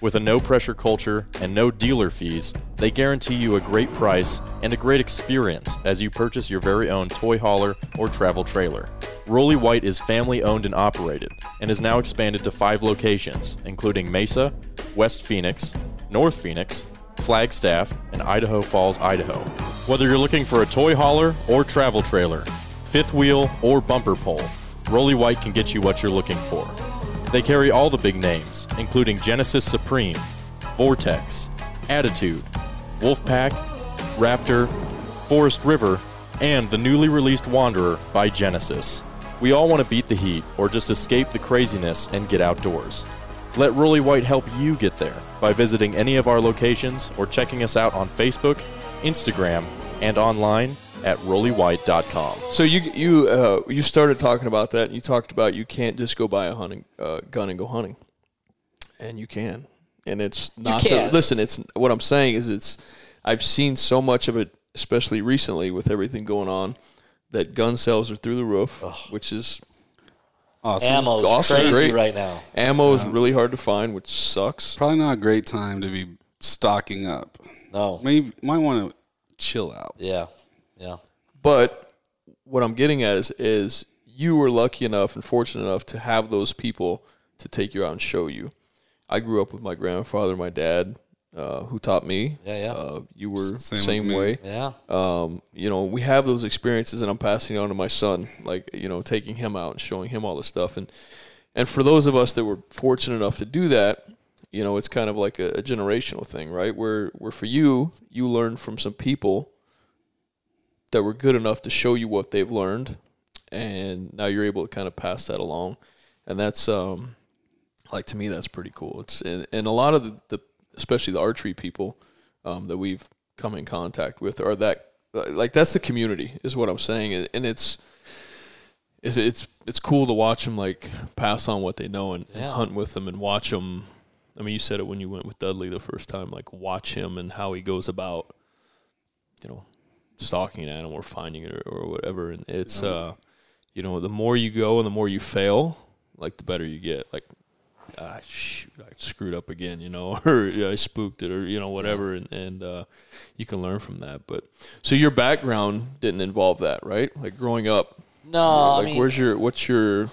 With a no pressure culture and no dealer fees, they guarantee you a great price and a great experience as you purchase your very own toy hauler or travel trailer. Rolly White is family owned and operated and is now expanded to five locations, including Mesa, West Phoenix, North Phoenix, Flagstaff, and Idaho Falls, Idaho. Whether you're looking for a toy hauler or travel trailer, fifth wheel or bumper pole, Rolly White can get you what you're looking for. They carry all the big names, including Genesis Supreme, Vortex, Attitude, Wolfpack, Raptor, Forest River, and the newly released Wanderer by Genesis. We all want to beat the heat or just escape the craziness and get outdoors. Let Rolly White help you get there by visiting any of our locations or checking us out on Facebook, Instagram, and online at rollywhite.com. So you you uh, you started talking about that. And you talked about you can't just go buy a hunting uh, gun and go hunting, and you can, and it's not. the- can. listen, it's what I'm saying is it's. I've seen so much of it, especially recently with everything going on, that gun sales are through the roof, which is Awesome. Ammo's awesome, crazy great. right now. ammo is really hard to find, which sucks. Probably not a great time to be stocking up. No. Maybe might want to chill out. Yeah. Yeah. But what I'm getting at is is you were lucky enough and fortunate enough to have those people to take you out and show you. I grew up with my grandfather, my dad, uh, who taught me. Yeah, yeah. Uh, you were Same same, with me. way. Yeah. Um, you know, we have those experiences, and I'm passing it on to my son. Like you know, taking him out and showing him all this stuff, and and for those of us that were fortunate enough to do that, you know, it's kind of like a, a generational thing, right? Where where for you, you learn from some people that were good enough to show you what they've learned, and now you're able to kind of pass that along, and that's um, like to me that's pretty cool. It's and, and a lot of the, the especially the archery people um, that we've come in contact with are that like that's the community is what I'm saying, and, and it's is it's it's cool to watch them like pass on what they know and, and Yeah. hunt with them and watch them. I mean, you said it when you went with Dudley the first time, like watch him and how he goes about, you know, stalking an animal or finding it or, or whatever. And it's uh, you know, the more you go and the more you fail, like the better you get. Like, ah, shoot, I screwed up again, you know, or yeah, I spooked it, or you know, whatever. And and uh, you can learn from that. But so your background didn't involve that, right? Like growing up. No, like Uh, I mean, where's your what's your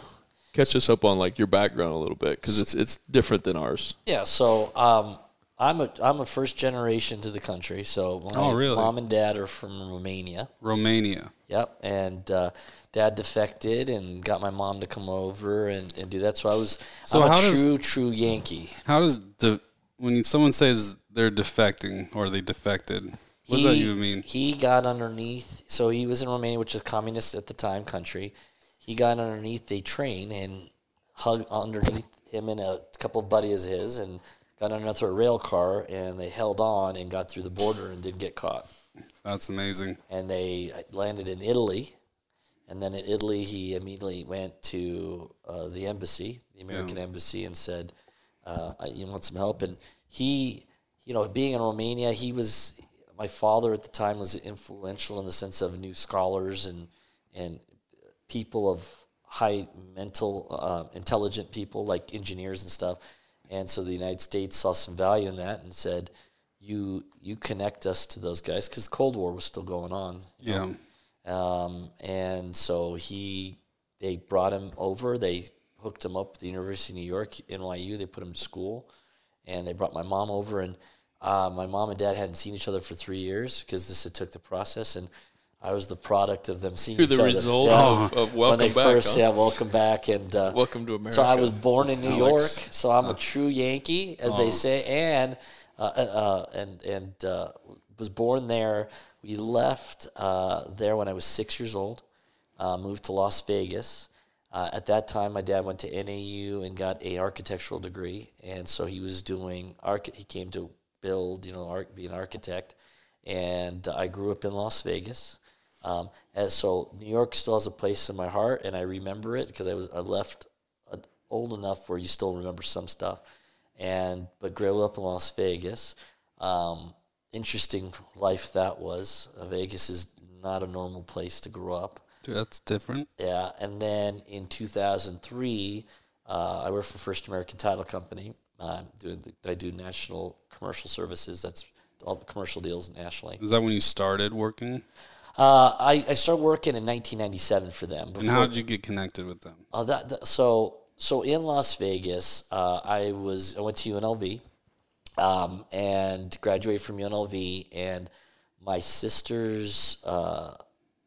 catch us up on like your background a little bit because it's it's different than ours Yeah, so um, I'm a I'm a first generation to the country. So my Oh, really? mom and dad are from Romania. Romania. Yep, and uh, dad defected and got my mom to come over and, and do that. So I was So I'm a how does- true true Yankee. How does the when someone says they're defecting or they defected? What does that even mean? He got underneath. So he was in Romania, which is communist at the time country. He got underneath a train and hung underneath him and a couple of buddies of his, and got underneath a rail car, and they held on and got through the border and didn't get caught. That's amazing. And they uh, landed in Italy, and then in Italy he immediately went to uh, the embassy, the American embassy, and said, uh, I- "You want some help?" And he, you know, being in Romania, he was my father at the time was influential in the sense of new scholars and and people of high mental, uh, intelligent people like engineers and stuff. And so the United States saw some value in that and said, "You you connect us to those guys because Cold War was still going on." you know? Yeah. Um, and so he, they brought him over. They hooked him up at the University of New York, NYU. They put him to school, and they brought my mom over. And uh, my mom and dad hadn't seen each other for three years because this had took the process. And I was the product of them seeing You're each the other. result of- of when they welcome back, first, huh? yeah, welcome back, and uh, Welcome to So I America. Uh. was born in New York, so I'm a true Yankee, as they say, and uh, uh, uh, and and uh, was born there. We left uh, there when I was six years old. Uh, moved to Las Vegas. Uh, at that time, my dad went to NAU and got a architectural degree, and so he was doing arch. He came to build, you know, arch- be an architect. And uh, I grew up in Las Vegas. Um, and so New York still has a place in my heart, and I remember it because I was I left uh, old enough where you still remember some stuff. And but grew up in Las Vegas. Um, interesting life that was. Uh, Vegas is not a normal place to grow up. Dude, that's different. Yeah, and then in 2003, uh, I worked for First American Title Company. Uh, doing the, I do national commercial services. That's all the commercial deals nationally. Is that when you started working? Uh, I, I started working in 1997 for them. And how did you get connected with them? Uh, that, that- so so in Las Vegas, uh, I was I went to UNLV, um, and graduated from UNLV, and my sister's uh,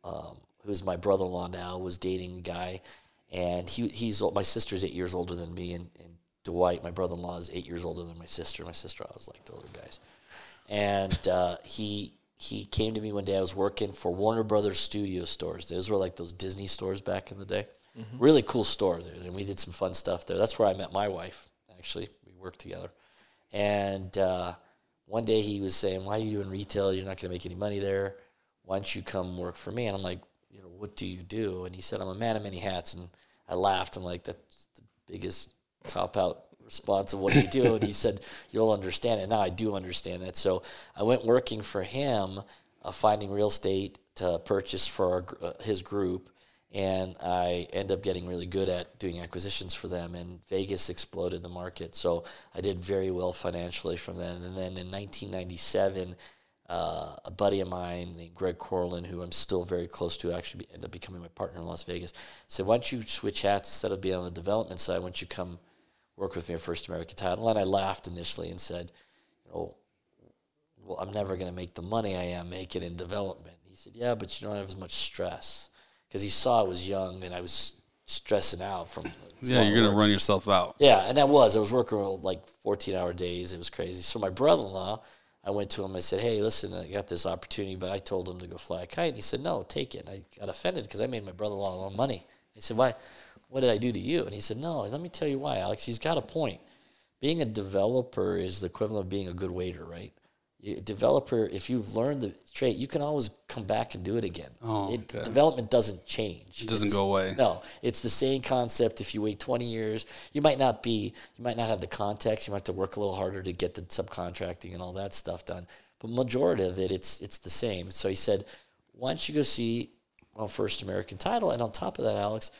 um, who's my brother-in-law now was dating a guy, and he he's old- my sister's eight years older than me, and, and Dwight, my brother-in-law, is eight years older than my sister. My sister, I was like the older guys, and uh, he. He came to me one day. I was working for Warner Brothers Studio stores. Those were like those Disney stores back in the day. Really cool store, dude. And we did some fun stuff there. That's where I met my wife. Actually, we worked together. And uh, one day he was saying, "Why are you doing retail? You're not going to make any money there. Why don't you come work for me?" And I'm like, "You know, what do you do?" And he said, "I'm a man of many hats." And I laughed. I'm like, "That's the biggest top out response of what do you do." And he said, "You'll understand it." Now I do understand that. So I went working for him, uh, finding real estate to purchase for our, gr- uh, his group and I end up getting really good at doing acquisitions for them. And Vegas exploded the market, so I did very well financially from then. And then in 1997, uh, a buddy of mine named Greg Corlin, who I'm still very close to, actually be, ended up becoming my partner in Las Vegas, said, "Why don't you switch hats instead of being on the development side? Why don't you come work with me at First American Title?" And I laughed initially and said, "You know." well, I'm never going to make the money I am making in development. He said, yeah, but you don't have as much stress because he saw I was young and I was stressing out from. Yeah, you're gonna run yourself out. Yeah, and I was. I was working all, like 14 hour days. It was crazy. So my brother in law, I went to him. I said, "Hey, listen, I got this opportunity, but I told him to go fly a kite." And he said, "No, take it." And I got offended because I made my brother in law a lot of money. I said, "Why? What did I do to you?" And he said, "No, let me tell you why, Alex. He's got a point. Being a developer is the equivalent of being a good waiter, right?" You- A developer, if you've learned the trait, you can always come back and do it again. Oh, It- okay. Development doesn't change. It doesn't It's- go away. no, it's the same concept. If you wait 20 years, you might not be, you might not have the context. You might have to work a little harder to get the subcontracting and all that stuff done. But majority of it, it's it's the same. So he said, why don't you go see well, first American title? And on top of that, Alex,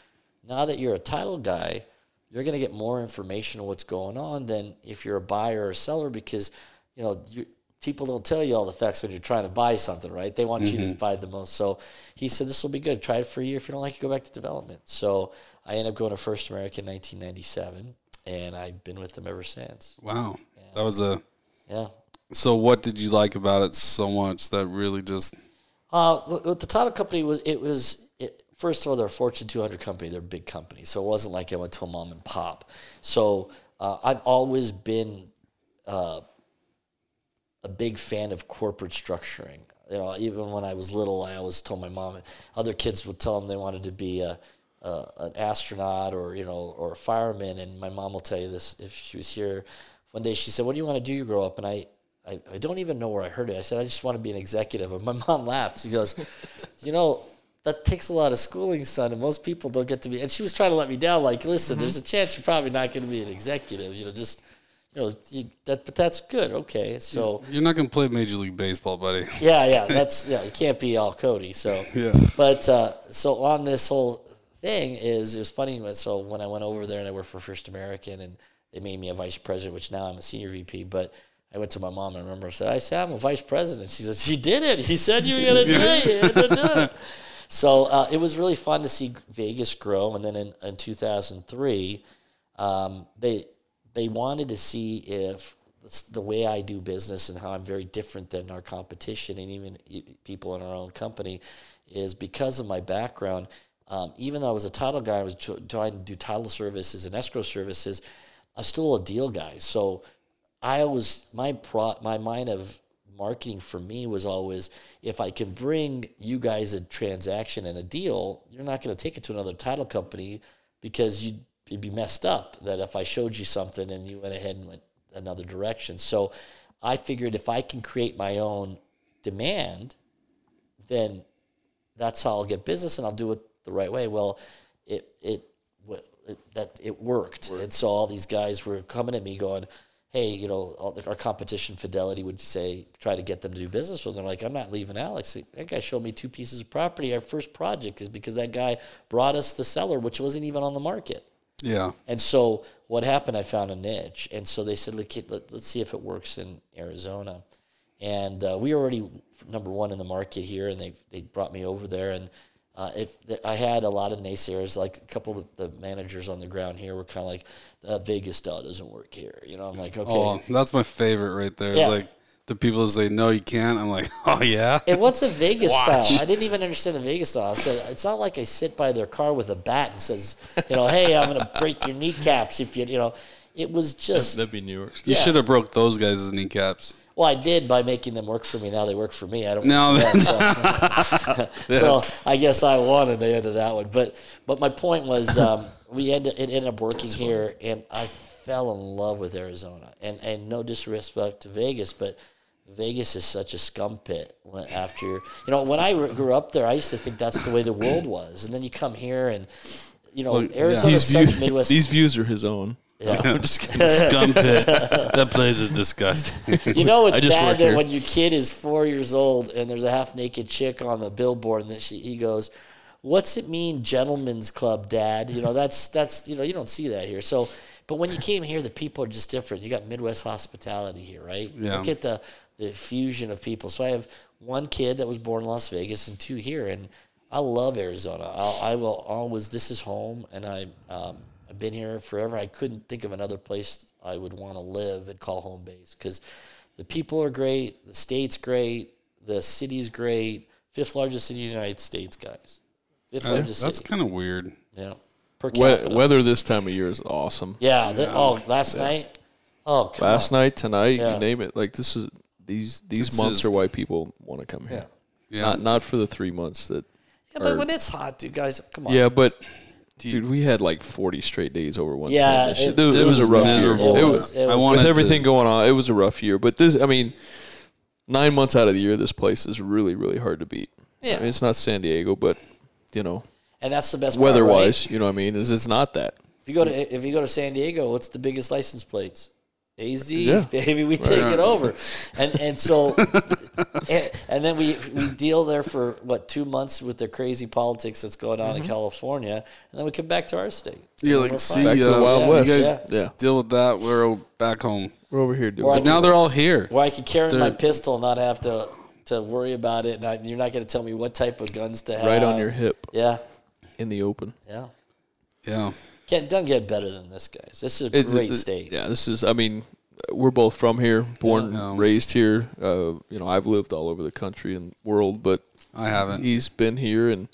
now that you're a title guy, you're going to get more information on what's going on than if you're a buyer or a seller because you know you, people don't tell you all the facts when you're trying to buy something right they want you to buy the most so he said this will be good try it for a year if you don't like it go back to development so i ended up going to first american 1997 and i've been with them ever since Wow, that was a. yeah So, what did you like about it so much that really just? Uh, w- with the title company was it was it, first of all they're a Fortune 200 company. They're a big company, so it wasn't like I went to a mom and pop. So uh, I've always been uh, a big fan of corporate structuring. You know, even when I was little, I always told my mom. Other kids would tell them they wanted to be a, a an astronaut or you know or a fireman, and my mom will tell you this if she was here. One day she said, "What do you want to do? You grow up?" And I I, I don't even know where I heard it. I said, I just want to be an executive. And my mom laughed. She goes, You know, that takes a lot of schooling, son, and most people don't get to be. And she was trying to let me down, like, Listen, there's a chance you're probably not going to be an executive. You know, just, you know, you, that, but that's good. Okay. So, You're not gonna play Major League Baseball, buddy. yeah, yeah, that's, yeah, you can't be all Cody. So, Yeah. but uh, so on this whole thing is it was funny. but So when I went over there and I worked for First American and they made me a vice president, which now I'm a senior VP. But I went to my mom and I remember I said, I said I'm a vice president. She said, You did it. He said you were gonna do it. You ended up doing it. So uh, it was really fun to see Vegas grow. And then in, in 2003, um, they they wanted to see if s- the way I do business and how I'm very different than our competition and even y- people in our own company is because of my background. Um, even though I was a title guy, I was tr- trying to do title services and escrow services. I'm still a deal guy, so I always my pro my mind of marketing for me was always if I can bring you guys a transaction and a deal, you're not going to take it to another title company because you'd, you'd be messed up that if I showed you something and you went ahead and went another direction. So I figured if I can create my own demand, then that's how I'll get business and I'll do it the right way. Well, it it, wa- it that it worked. and so all these guys were coming at me going, "Hey, you know, all the, our competition Fidelity would say try to get them to do business with." them. They're like, "I'm not leaving Alex. That guy showed me two pieces of property. Our first project is because that guy brought us the seller, which wasn't even on the market." Yeah. And so what happened? I found a niche, and so they said, "Look, kid, let, let's see if it works in Arizona." And uh, we were already number one in the market here, and they they brought me over there, and uh, if th- I had a lot of naysayers, like a couple of the managers on the ground here were kind of like, uh, "Vegas style doesn't work here," you know. I'm like, okay. Oh, that's my favorite right there. It's Yeah. like the people that say no, you can't. I'm like, oh yeah. And what's a Vegas style? I didn't even understand the Vegas style. I said, it's not like I sit by their car with a bat and says, you know, hey, I'm going to break your kneecaps if you, you know. It was just That'd be New York. You Yeah. should have broke those guys' kneecaps. Well, I did by making them work for me. Now they work for me. I don't. No, so I guess I won and they ended that one. But but my point was um, we ended it ended up working here, and I fell in love with Arizona. And and no disrespect to Vegas, but Vegas is such a scum pit. when- After you know, when I re- grew up there, I used to think that's the way the world was, and then you come here and. You know, Well, yeah. Arizona is These such views, Midwest. these views are his own. Yeah. I'm just kidding. scum pit. That place is disgusting. You know it's I just bad work that here. when your kid is four years old and there's a half naked chick on the billboard and that she he goes, "What's it mean, gentlemen's club, Dad?" You know that's that's you know you don't see that here. So, but when you came here, the people are just different. You got Midwest hospitality here, right? Yeah. Look at the the fusion of people. So I have one kid that was born in Las Vegas and two here, and I love Arizona. I'll, I will always. This is home, and I. Um, I've been here forever. I couldn't think of another place I would want to live and call home base because the people are great. The state's great. The city's great. Fifth largest city in the United States, guys. Fifth largest That's city. kind of weird. yeah. per We- capita. weather this time of year is awesome. yeah. th- oh, last night. Oh, come Last night, tonight, Yeah. you name it. Like this is these these It's months are just- why people want to come here. Yeah. Not not for the three months on. that. Yeah, but when it's hot, dude, guys, come on. Yeah, but dude, we had like forty straight days over one. Yeah, time this year. it- There- there it was, was a rough miserable. year. It It was- was, it was- wanted with to- everything going on. It was a rough year, but this, I mean, nine months out of the year, this place is really really hard to beat. Yeah. I mean, it's not San Diego, but you know, and that's the best part, weather right? wise, you know, what I mean, is it's not that. If you go to if you go to San Diego, what's the biggest license plates? AZ, Yeah. baby, we take it over, and and so, and, and then we we deal there for what two months with the crazy politics that's going Mm-hmm. on in California, and then we come back to our state. You're We're like, see, fine. Back to the ya. Wild You West. guys Yeah. Yeah, deal with that. We're back home. we're over here Or I doing. it. Now they're all here. Where I could carry my They're- pistol and not have to to worry about it, and I, you're not going to tell me what type of guns to have. Right on your hip Yeah, in the open. yeah. Yeah. Can't don't get better than this, guys. This is a It's- uh, great it- state. Yeah, this is. I mean, we're both from here, born, Yeah. raised here. Uh, you know, I've lived all over the country and world, but I haven't. he's been here, and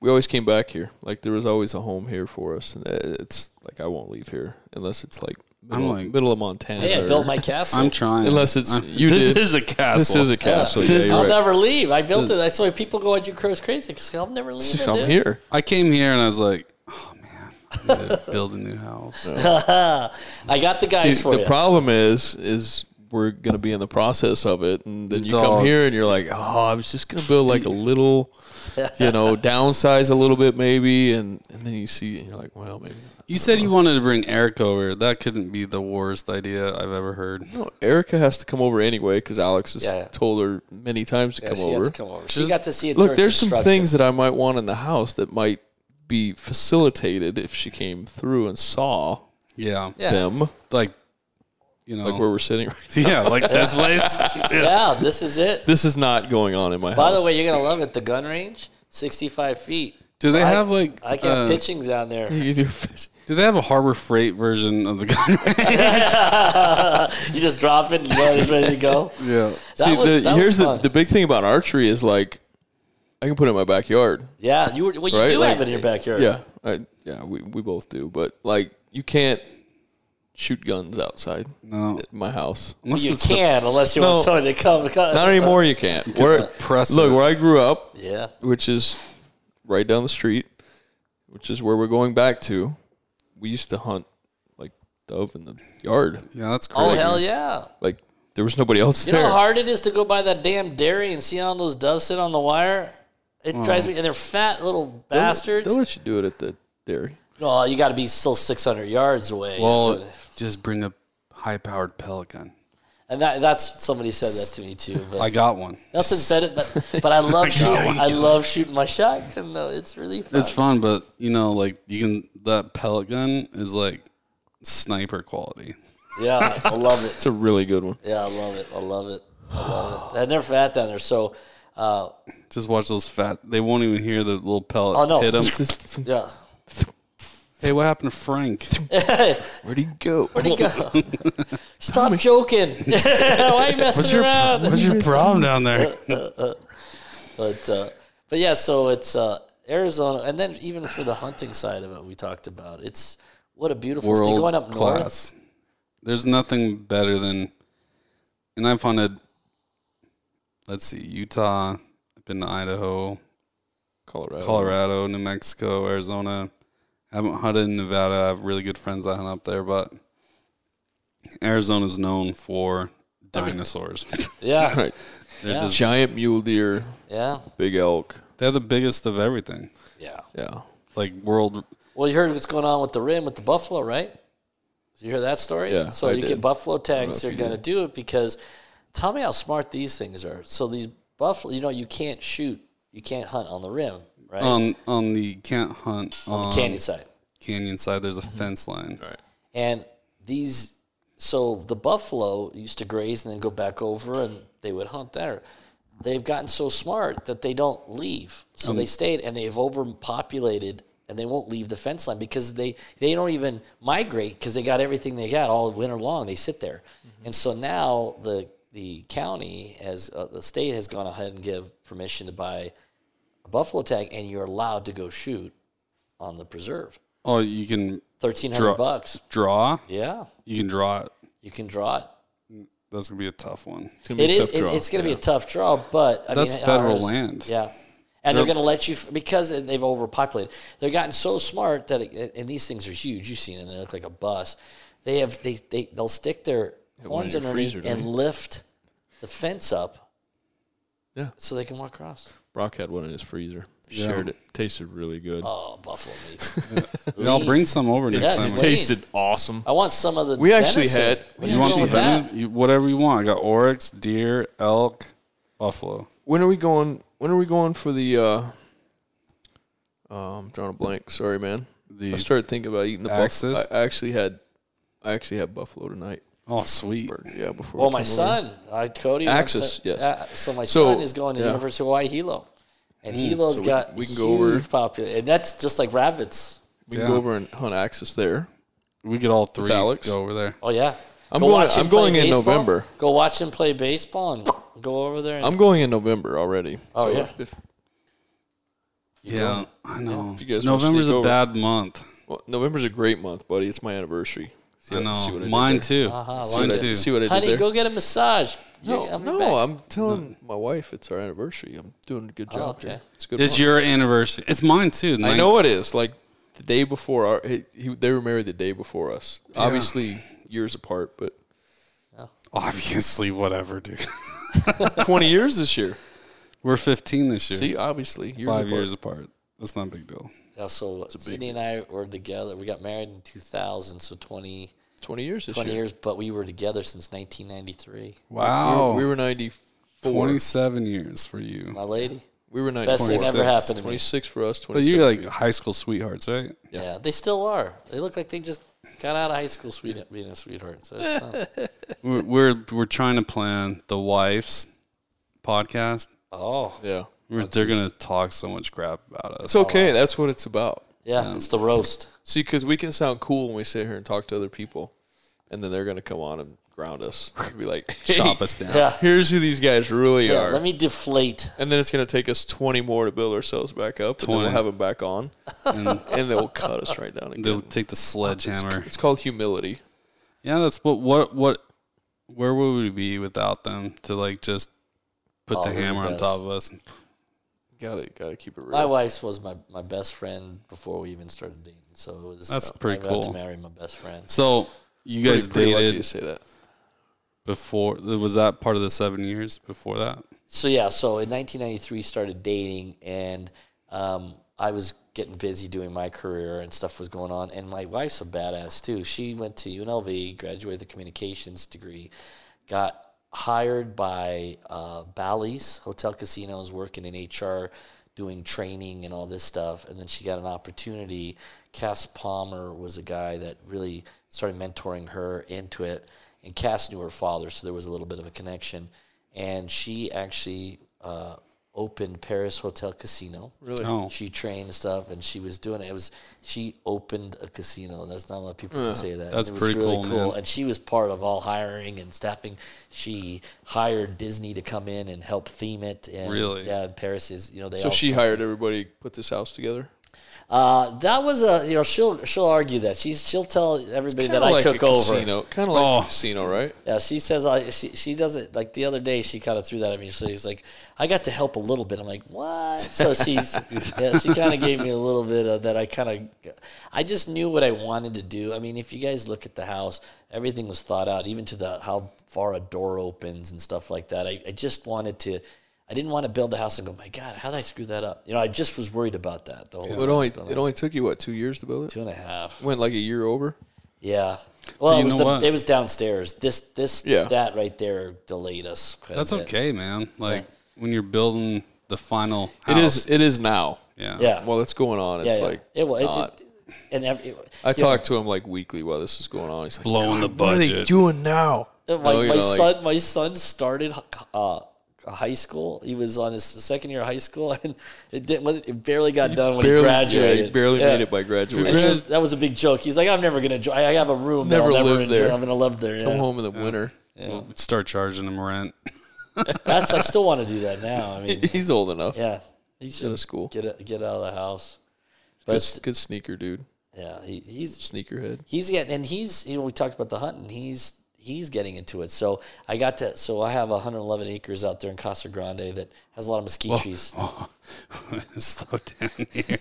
we always came back here. Like there was always a home here for us, and uh, it's like I won't leave here unless it's like middle, like- middle of Montana. Hey, I or- built my castle. I'm trying. Unless it's I'm- you This did. is a This castle. is a castle. Yeah, This- you're I'll right. never leave. I built it. That's why people go at you crows crazy because I'll never leave. it, I'm dude. here. I came here and I was like, oh man, I'm gonna build a new house. I got the guys See, for the you. problem is, is we're gonna be in the process of it, and then you come Dog. here and you're like, oh, I was just gonna build like a little, you know, downsize a little bit maybe, and and then you see, and you're like, well, maybe. not." You said you wanted to bring Eric over. That couldn't be the worst idea I've ever heard. No, Oh, Erica has to come over anyway because Alex has Yeah, yeah. told her many times to Yeah, come she had over. to come over. She got to see it. Look, during there's some construction. things that I might want in the house that might be facilitated if she came through and saw Yeah, Yeah. Oh. them, like you know, like where we're sitting right now. yeah, like this place. Yeah, this is it. This is not going on in my By house. the way, you're gonna love it. The gun range, 65 feet. Do they I- have like? I got uh, pitching down there. You you do fish. do they have a Harbor Freight version of the gun? just drop it and you know it's ready to go. yeah, That See, was, the, that here's was the, fun. the big thing about archery is like, I can put it in my backyard, yeah, you were, well, you right? do Like, have it in your backyard. Yeah, I, yeah, we, we both do, but like you can't shoot guns outside No. at my house. unless you it's a- can unless you No. want someone to come. come. Not anymore. You can't. Where, suppressive. look, where I grew up, Yeah, which is right down the street, which is where we're going back to. We used to hunt like dove in the yard. yeah, that's crazy. Oh hell yeah! Like there was nobody else You there. know how hard it is to go by that damn dairy and see how those doves sit on the wire. It Oh. drives me, and they're fat little They'll- bastards. They'll let you do it at the dairy. No, you got to be still 600 yards away. Well, just bring a high-powered pellet gun. and that, that's somebody said that to me too. But I got one. nothing said it. But, but I love shooting, I love shooting my shotgun though. It's really fun. It's fun, but you know, like you can that pellet gun is like sniper quality. yeah, I love it. It's a really good one. Yeah, I love it. I love it. I love it. And they're fat down there, so uh, Just watch those fat. They won't even hear the little pellet Oh, no. hit 'em. It's just, yeah. hey, what happened to Frank? where'd he go? Where'd he go? Stop joking! Why are you messing around? What's your problem down Uh, there? But uh, but yeah, so it's uh, Arizona, and then even for the hunting side of it, we talked about it's what a beautiful state. World Going up north, class. There's nothing better than, and I've hunted. Let's see, Utah. I've been to Idaho, Colorado. Colorado, New Mexico, Arizona. I haven't hunted in Nevada. I have really good friends that hunt up there, but Arizona's known for dinosaurs. yeah, Right. They're just- Giant mule deer, yeah, big elk. they're the biggest of everything. yeah. Yeah. Like world. Well, you heard what's going on with the rim with the buffalo, right? Did you hear that story? Yeah, So I you get did. buffalo tags. They're going to do it because tell me how smart these things are. So these buffalo, you know, you can't shoot, you can't hunt on the rim, right? On on the can't hunt Uh, on, Canyon side. canyon side. There's a fence line. And these, so the buffalo used to graze and then go back over and they would hunt there. They've gotten so smart that they don't leave. So they stayed and they've overpopulated and they won't leave the fence line because they, they don't even migrate because they got everything they got all winter long. They sit there. And so now the, the county has, uh, the state has gone ahead and give permission to buy a buffalo tag and you're allowed to go shoot on the preserve. Oh, you can Thirteen Draw. hundred bucks. draw. Yeah, You can draw it. you can draw it. That's gonna be a tough one. It's gonna be It a is. tough It, draw. it's going to be a tough draw, but I That's mean, federal ours- land. Yeah, and they're, going to let you f- because they've overpopulated. They've gotten so smart that it, and these things are huge. You've seen them; they look like a bus. They have they they they'll stick their one horns in your underneath freezer, don't and you? lift the fence up. Yeah. so they can walk across. Brock had one in his freezer. Shared it. Tasted really good. Oh, buffalo meat! Yeah, I'll bring some over next Yes, time. please. tasted awesome. I want some of the. We actually venison. had- What are You want doing some with that? venom? You, whatever you want. I got oryx, deer, elk, buffalo. When are we going? When are we going for the? uh um, drawing a blank. Sorry, man. I The- started thinking about eating the buffalo. Axis? I actually had, I actually had buffalo tonight. Oh, sweet. Or, yeah, before. Well, we Oh my came son, over. uh, Cody. Axis, wants to- yes. uh, so my So, son is going to yeah. Hmm, University of Hawaii Hilo, and Hilo's got we can huge go over- popula- and that's just like rabbits. We can Yeah. go over and hunt axis there. We could all three Alex? go over there. Oh yeah, I'm Go going- watch him I'm play going in baseball. November. Go watch him play baseball and go over there. And, I'm going in November already. Oh, yeah. If, if, yeah, I know. If you guys wanna November's sneak a over. bad month. well, November's a great month, buddy. It's my anniversary. See I what- know. see what did Mine there. too. Uh-huh, Mine like- too. See what I did Honey, there. go get a massage. You're- no, I'll be no, back. I'm telling my wife it's our anniversary. I'm doing a good job. Oh, okay. here. It's a good. It's month. your anniversary. It's mine too. I Nine- know it is. Like the day before our, he, he, they were married the day before us. Obviously years apart, but Obviously, whatever, dude. 20 years this year. We're 15 this year. See, obviously years five apart. years apart. That's not a big deal. Yeah, so Sydney and I were together. We got married in 2000, so 20, 20 years this 20 year. years, but we were together since 1993. Wow. We were, we were 94. 27 years for you. My lady. we were 94. Best thing ever 26, happened to me. 26 for us. But you're 27. like high school sweethearts, right? Yeah. they still are. They look like they just got out of high school sweet, being a sweetheart. So it's fun. We're, we're we're trying to plan the wife's podcast. oh, yeah. We're, they're gonna talk so much crap about us. It's okay. That's what it's about. yeah, it's the roast. See, because we can sound cool when we sit here and talk to other people, and then they're going to come on and ground us. Be like, hey, Chop us down. Yeah. here's who these guys really Yeah, are. let me deflate. and then it's going to take us 20 more to build ourselves back up, and then 20. we'll have them back on, and, they'll cut us right down They'll again. take the sledgehammer. It's called humility. Yeah, that's what what what. Where would we be without them to like just put Oh, the they're the hammer on best. top of us? Got to got to keep it real. My wife's was my, my best friend before we even started dating. So it was uh, That's pretty I got cool. to marry my best friend. So you Pretty- guys pretty lucky dated to say that. before? Was that part of the seven years before that? So yeah, so in 1993 started dating, and um, I was getting busy doing my career and stuff was going on. And my wife's a badass too. She went to UNLV, graduated with a communications degree, got hired by uh, Bally's Hotel Casinos, working in HR, doing training and all this stuff. And then she got an opportunity. Cass Palmer was a guy that really started mentoring her into it. And Cass knew her father, so there was a little bit of a connection and she actually uh, opened Paris Hotel Casino. Really? Oh. She trained stuff, and she was doing it. It was she opened a casino. There's not a lot of people can say that. that's it was pretty really cool, man. And she was part of all hiring and staffing. She hired Disney to come in and help theme it. And Really? Yeah. and Paris is you know they So all she hired everybody, put this house together. uh, that was a you know she'll she'll argue that she's she'll tell everybody that Kinda I like took a over. Casino, kind of like Oh. a casino, right? Yeah, she says I, she she doesn't like the other day she kind of threw that at me. She's like, I got to help a little bit. I'm like, what? So she's yeah, she kind of gave me a little bit of that. I kind of I just knew what I wanted to do. I mean, if you guys look at the house, everything was thought out, even to the how far a door opens and stuff like that. I, I just wanted to. I didn't want to build the house and go, my God, how did I screw that up? You know, I just was worried about that the whole It time. only It's been it like only took you what two years to build it? two and a half. Went like a year over. Yeah. Well, you it was, know the, what? it was downstairs. This, this, Yeah. that right there delayed us. Quite a That's bit. okay, man. Like when you're building the final, It house, is it is now. Yeah. Yeah. While it's going on, it's yeah, yeah. like it was. It, not. it, and every, it, I yeah, talk to him like weekly while this is going on. He's like, blowing the budget. doing now? my, uh, my oh, you know, like- son, my son started uh, high school. He was on his second year of high school, and it didn't. Wasn't, it barely got done when Barely, he graduated. graduated. Yeah, he barely Yeah. made it by And he graduation. was, that was a big joke. He's like, I'm never gonna. jo- I I have a room. Never that I'll never lived enjoy. there. I'm gonna live there. Come yeah. home in the winter. We'll start charging them rent. That's. I still want to do that now. I mean, He's old enough. yeah. He should school. Get it, get out of the house. Good, But good sneaker, dude. Yeah, he, he's Sneakerhead. he's getting and he's you know we talked about the hunting he's he's getting into it so i got to so i have 111 acres out there in casa grande that has a lot of mesquite trees Slow down here.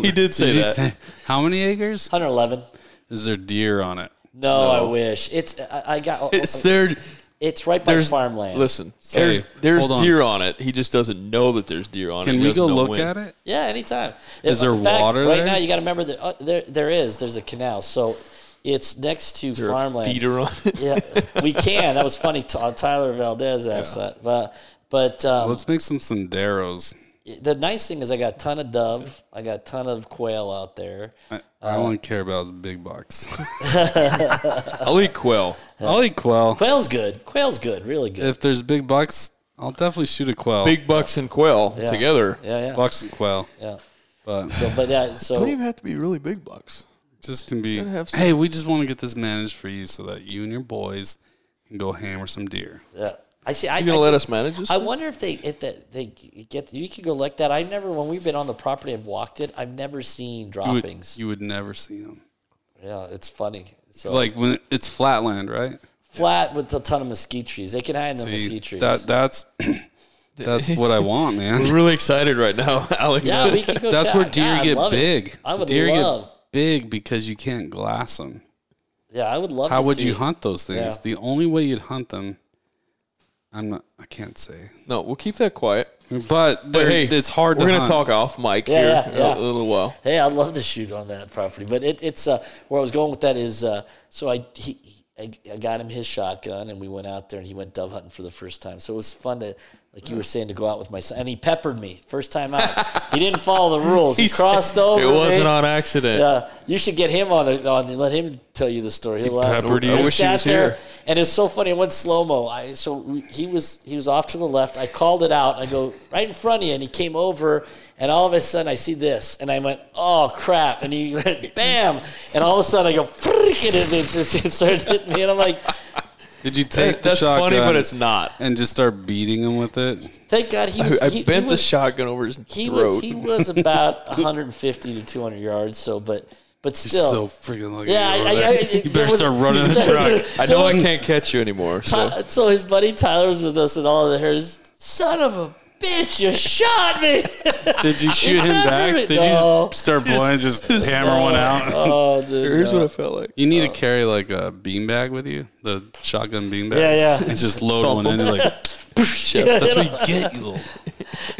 He did say Did you that. say- how many acres? 111 Is there deer on it? no, i wish it's i, I got oh, It's it's, there. right by There's farmland Listen, there's Hey, there's hold on. deer on it. He just doesn't know that there's deer on it. Can He we doesn't go know look when. at it? yeah anytime Is there In fact, water right there? now you got to remember that uh, there there is there's a canal so it's next to Is there a farmland feeder on it? yeah we can that was funny Ty- tyler valdez asked that but but um, Let's make some senderos. the nice thing is I got a ton of dove, I got a ton of quail out there. I, I only care about is big bucks. I'll eat quail. I'll eat quail. Quail's good. Quail's good, really good. If there's big bucks, I'll definitely shoot a quail. Big bucks and quail Yeah. together. Yeah, yeah, bucks and quail. yeah. But So, but yeah, so Don't even have to be really big bucks. just can be. have some. Hey, we just want to get this managed for you so that you and your boys can go hammer some deer. yeah. I see. I, You gonna I let just- us manage this? I wonder if they if that they get you could go like that. I never when we've been on the property, I've walked it. I've never seen You would, droppings. you would never see them. yeah, it's funny. So Like when it's flatland, right? flat with a ton of mesquite trees. They can hide in the See, mesquite trees. that that's that's what I want, man. We're really excited right now, Alex. yeah, we could go. That's check. where deer God, I'd get love it. big. I would deer love- get big because you can't glass them. Yeah, I would love. How to would see you it. hunt those things? Yeah. The only way you'd hunt them, I'm not. I can't say. No, we'll keep that quiet. But, But they're- hey, it's hard. We're to gonna hunt. talk off mic Yeah, here yeah, yeah. A, a little while. Hey, I'd love to shoot on that property, but it, it's uh, where I was going with that is uh, so I he, he- I, I got him his shotgun and we went out there and he went dove hunting for the first time. So it was fun to, like you were saying, to go out with my son. And he peppered me first time out. he didn't follow the rules. He, He crossed said over. It wasn't me. on accident. Uh, you should get him on it. On let him tell you the story. He'll laugh. peppered you. I I wish he sat was there, here. and it's so funny. It went slow mo. I so we, he was he was off to the left. I called it out. I go right in front of you, and he came over, and all of a sudden I see this, and I went, oh crap, and he went bam, and all of a sudden I go, freaking, it, it, it, it started hitting me, and I'm like, Did you take the That's shotgun? funny, but it's not. and just start beating him with it. thank God he was. I he, he bent the was- shotgun over his He throat. was he was about 150 to 200 yards. So, but but So still. freaking lucky. yeah, I, over I, there. I, you there better was- start running the truck. I know I there was- can't catch you anymore. So Ty- so his buddy Tyler's with us and all of the hairs. Son of a bitch, you shot me. Did you shoot him back? Remember it, Did you no. just start blowing? Just, hammer one out. oh, dude. here's no. what I felt like. You need to carry like a beanbag with you, the shotgun beanbag. Yeah, yeah. And just load one in. and Like that's what you get, you little.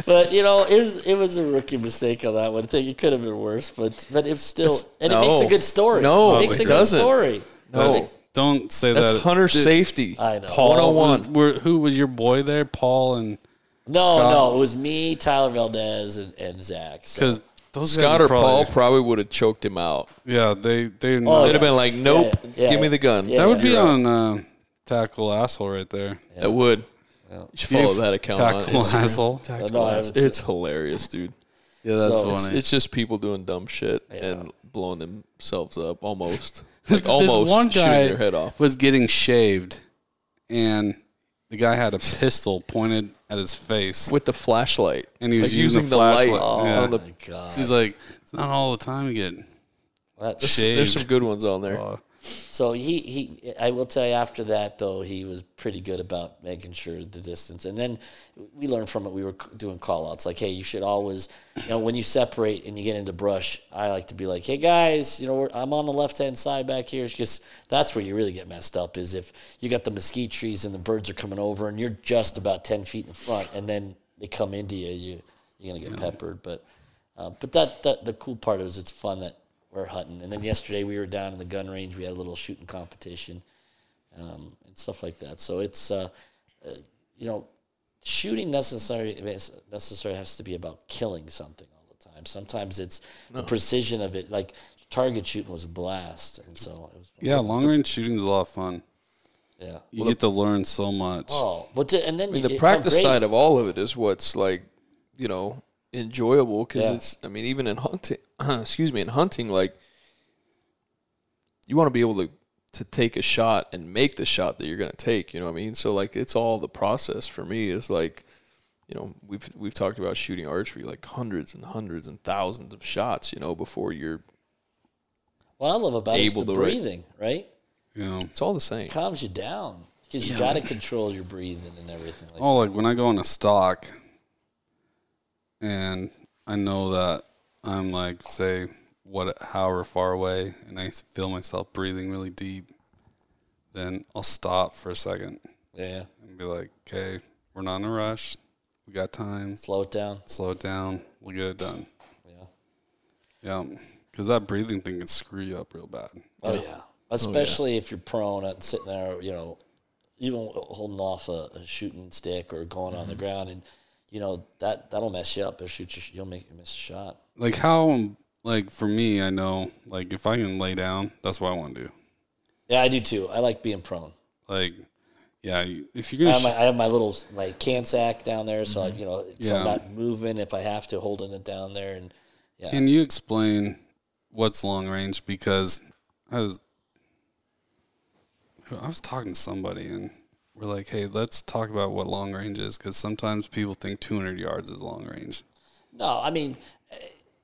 But you know, it was it was a rookie mistake on that one. I think it could have been worse, but but it's still and it makes no. a good story. No, it makes it a doesn't. good story. No, Don't say that's that. hunter safety. I know. Paul 101. were- who was your boy there? Paul and No, Scott. no, it was me, Tyler Valdez, and, and Zach. So. because those Scott guys are or Paul probably- probably would have choked him out. Yeah, they they. Oh, know. They'd have yeah. been like, "Nope, Yeah, yeah, give me yeah. the gun." Yeah. That would be You're on uh, tackle asshole right there. That would. You should follow that account. on Tackle Instagram. asshole. No, I haven't seen It's hilarious, dude. Yeah, that's that's So- funny. It's just people doing dumb shit and blowing themselves up almost. Like This almost one guy shooting their head off. was getting shaved, and the guy had a pistol pointed at his face, With the flashlight. and he was Like, using, the, light flashlight. Yeah. on the oh my God. He's like, it's not all the time you get That- shaved. There's some good ones on there. So he, he I will tell you after that though he was pretty good about making sure the distance and then we learned from it we were c- doing call outs like hey you should always you know when you separate and you get into brush I like to be like hey guys you know we're, I'm on the left hand side back here because that's where you really get messed up is if you got the mesquite trees and the birds are coming over and you're just about 10 feet in front and then they come into you you you're gonna get peppered but uh, but that, that the cool part is it's fun that we're hunting. And then yesterday we were down in the gun range. We had a little shooting competition um, and stuff like that. So it's uh, uh, you know shooting necessary necessarily has to be about killing something all the time. Sometimes it's the precision of it. Like target shooting was a blast, and so it was Yeah, long range shooting is a lot of fun. yeah. You get to learn so much. Oh, but the- and then I mean, the it- how practice great- side of all of it is what's like, you know, enjoyable because Yeah. it's. I mean, even in hunting, excuse me, in hunting, like you want to be able to to take a shot and make the shot that you're going to take. You know what I mean? So like, it's all the process for me is like, you know, we've we've talked about shooting archery like hundreds and hundreds and thousands of shots. You know, before you're What I love about it is Able the to, right? breathing, right? You know, It's all the same. Calms you down because you got to control your breathing and everything. Like, oh, like when I go on a stock, and I know that I'm like, say, what, however far away, and I feel myself breathing really deep, then I'll stop for a second yeah, and be like, okay, we're not in a rush. We got time. slow it down. Slow it down. We'll get it done. Yeah. Yeah, because that breathing thing can screw you up real bad. Oh yeah, especially if you're prone and sitting there, you know, even holding off a, a shooting stick or going on the ground, and you know that that'll mess you up. It'll shoot you. You'll make you miss a shot. Like how, like for me, I know, like if I can lay down, that's what I want to do. Yeah, I do too. I like being prone. Like, yeah, you- if you're I gonna, have my, sh- I have my little my can sack down there, so I, you know, so Yeah. I'm not moving if I have to, holding it down there, and yeah, can you explain what's long range? Because I was, I was talking to somebody and we're like, hey, let's talk about what long range is because sometimes people think 200 yards is long range. No, I mean, eh,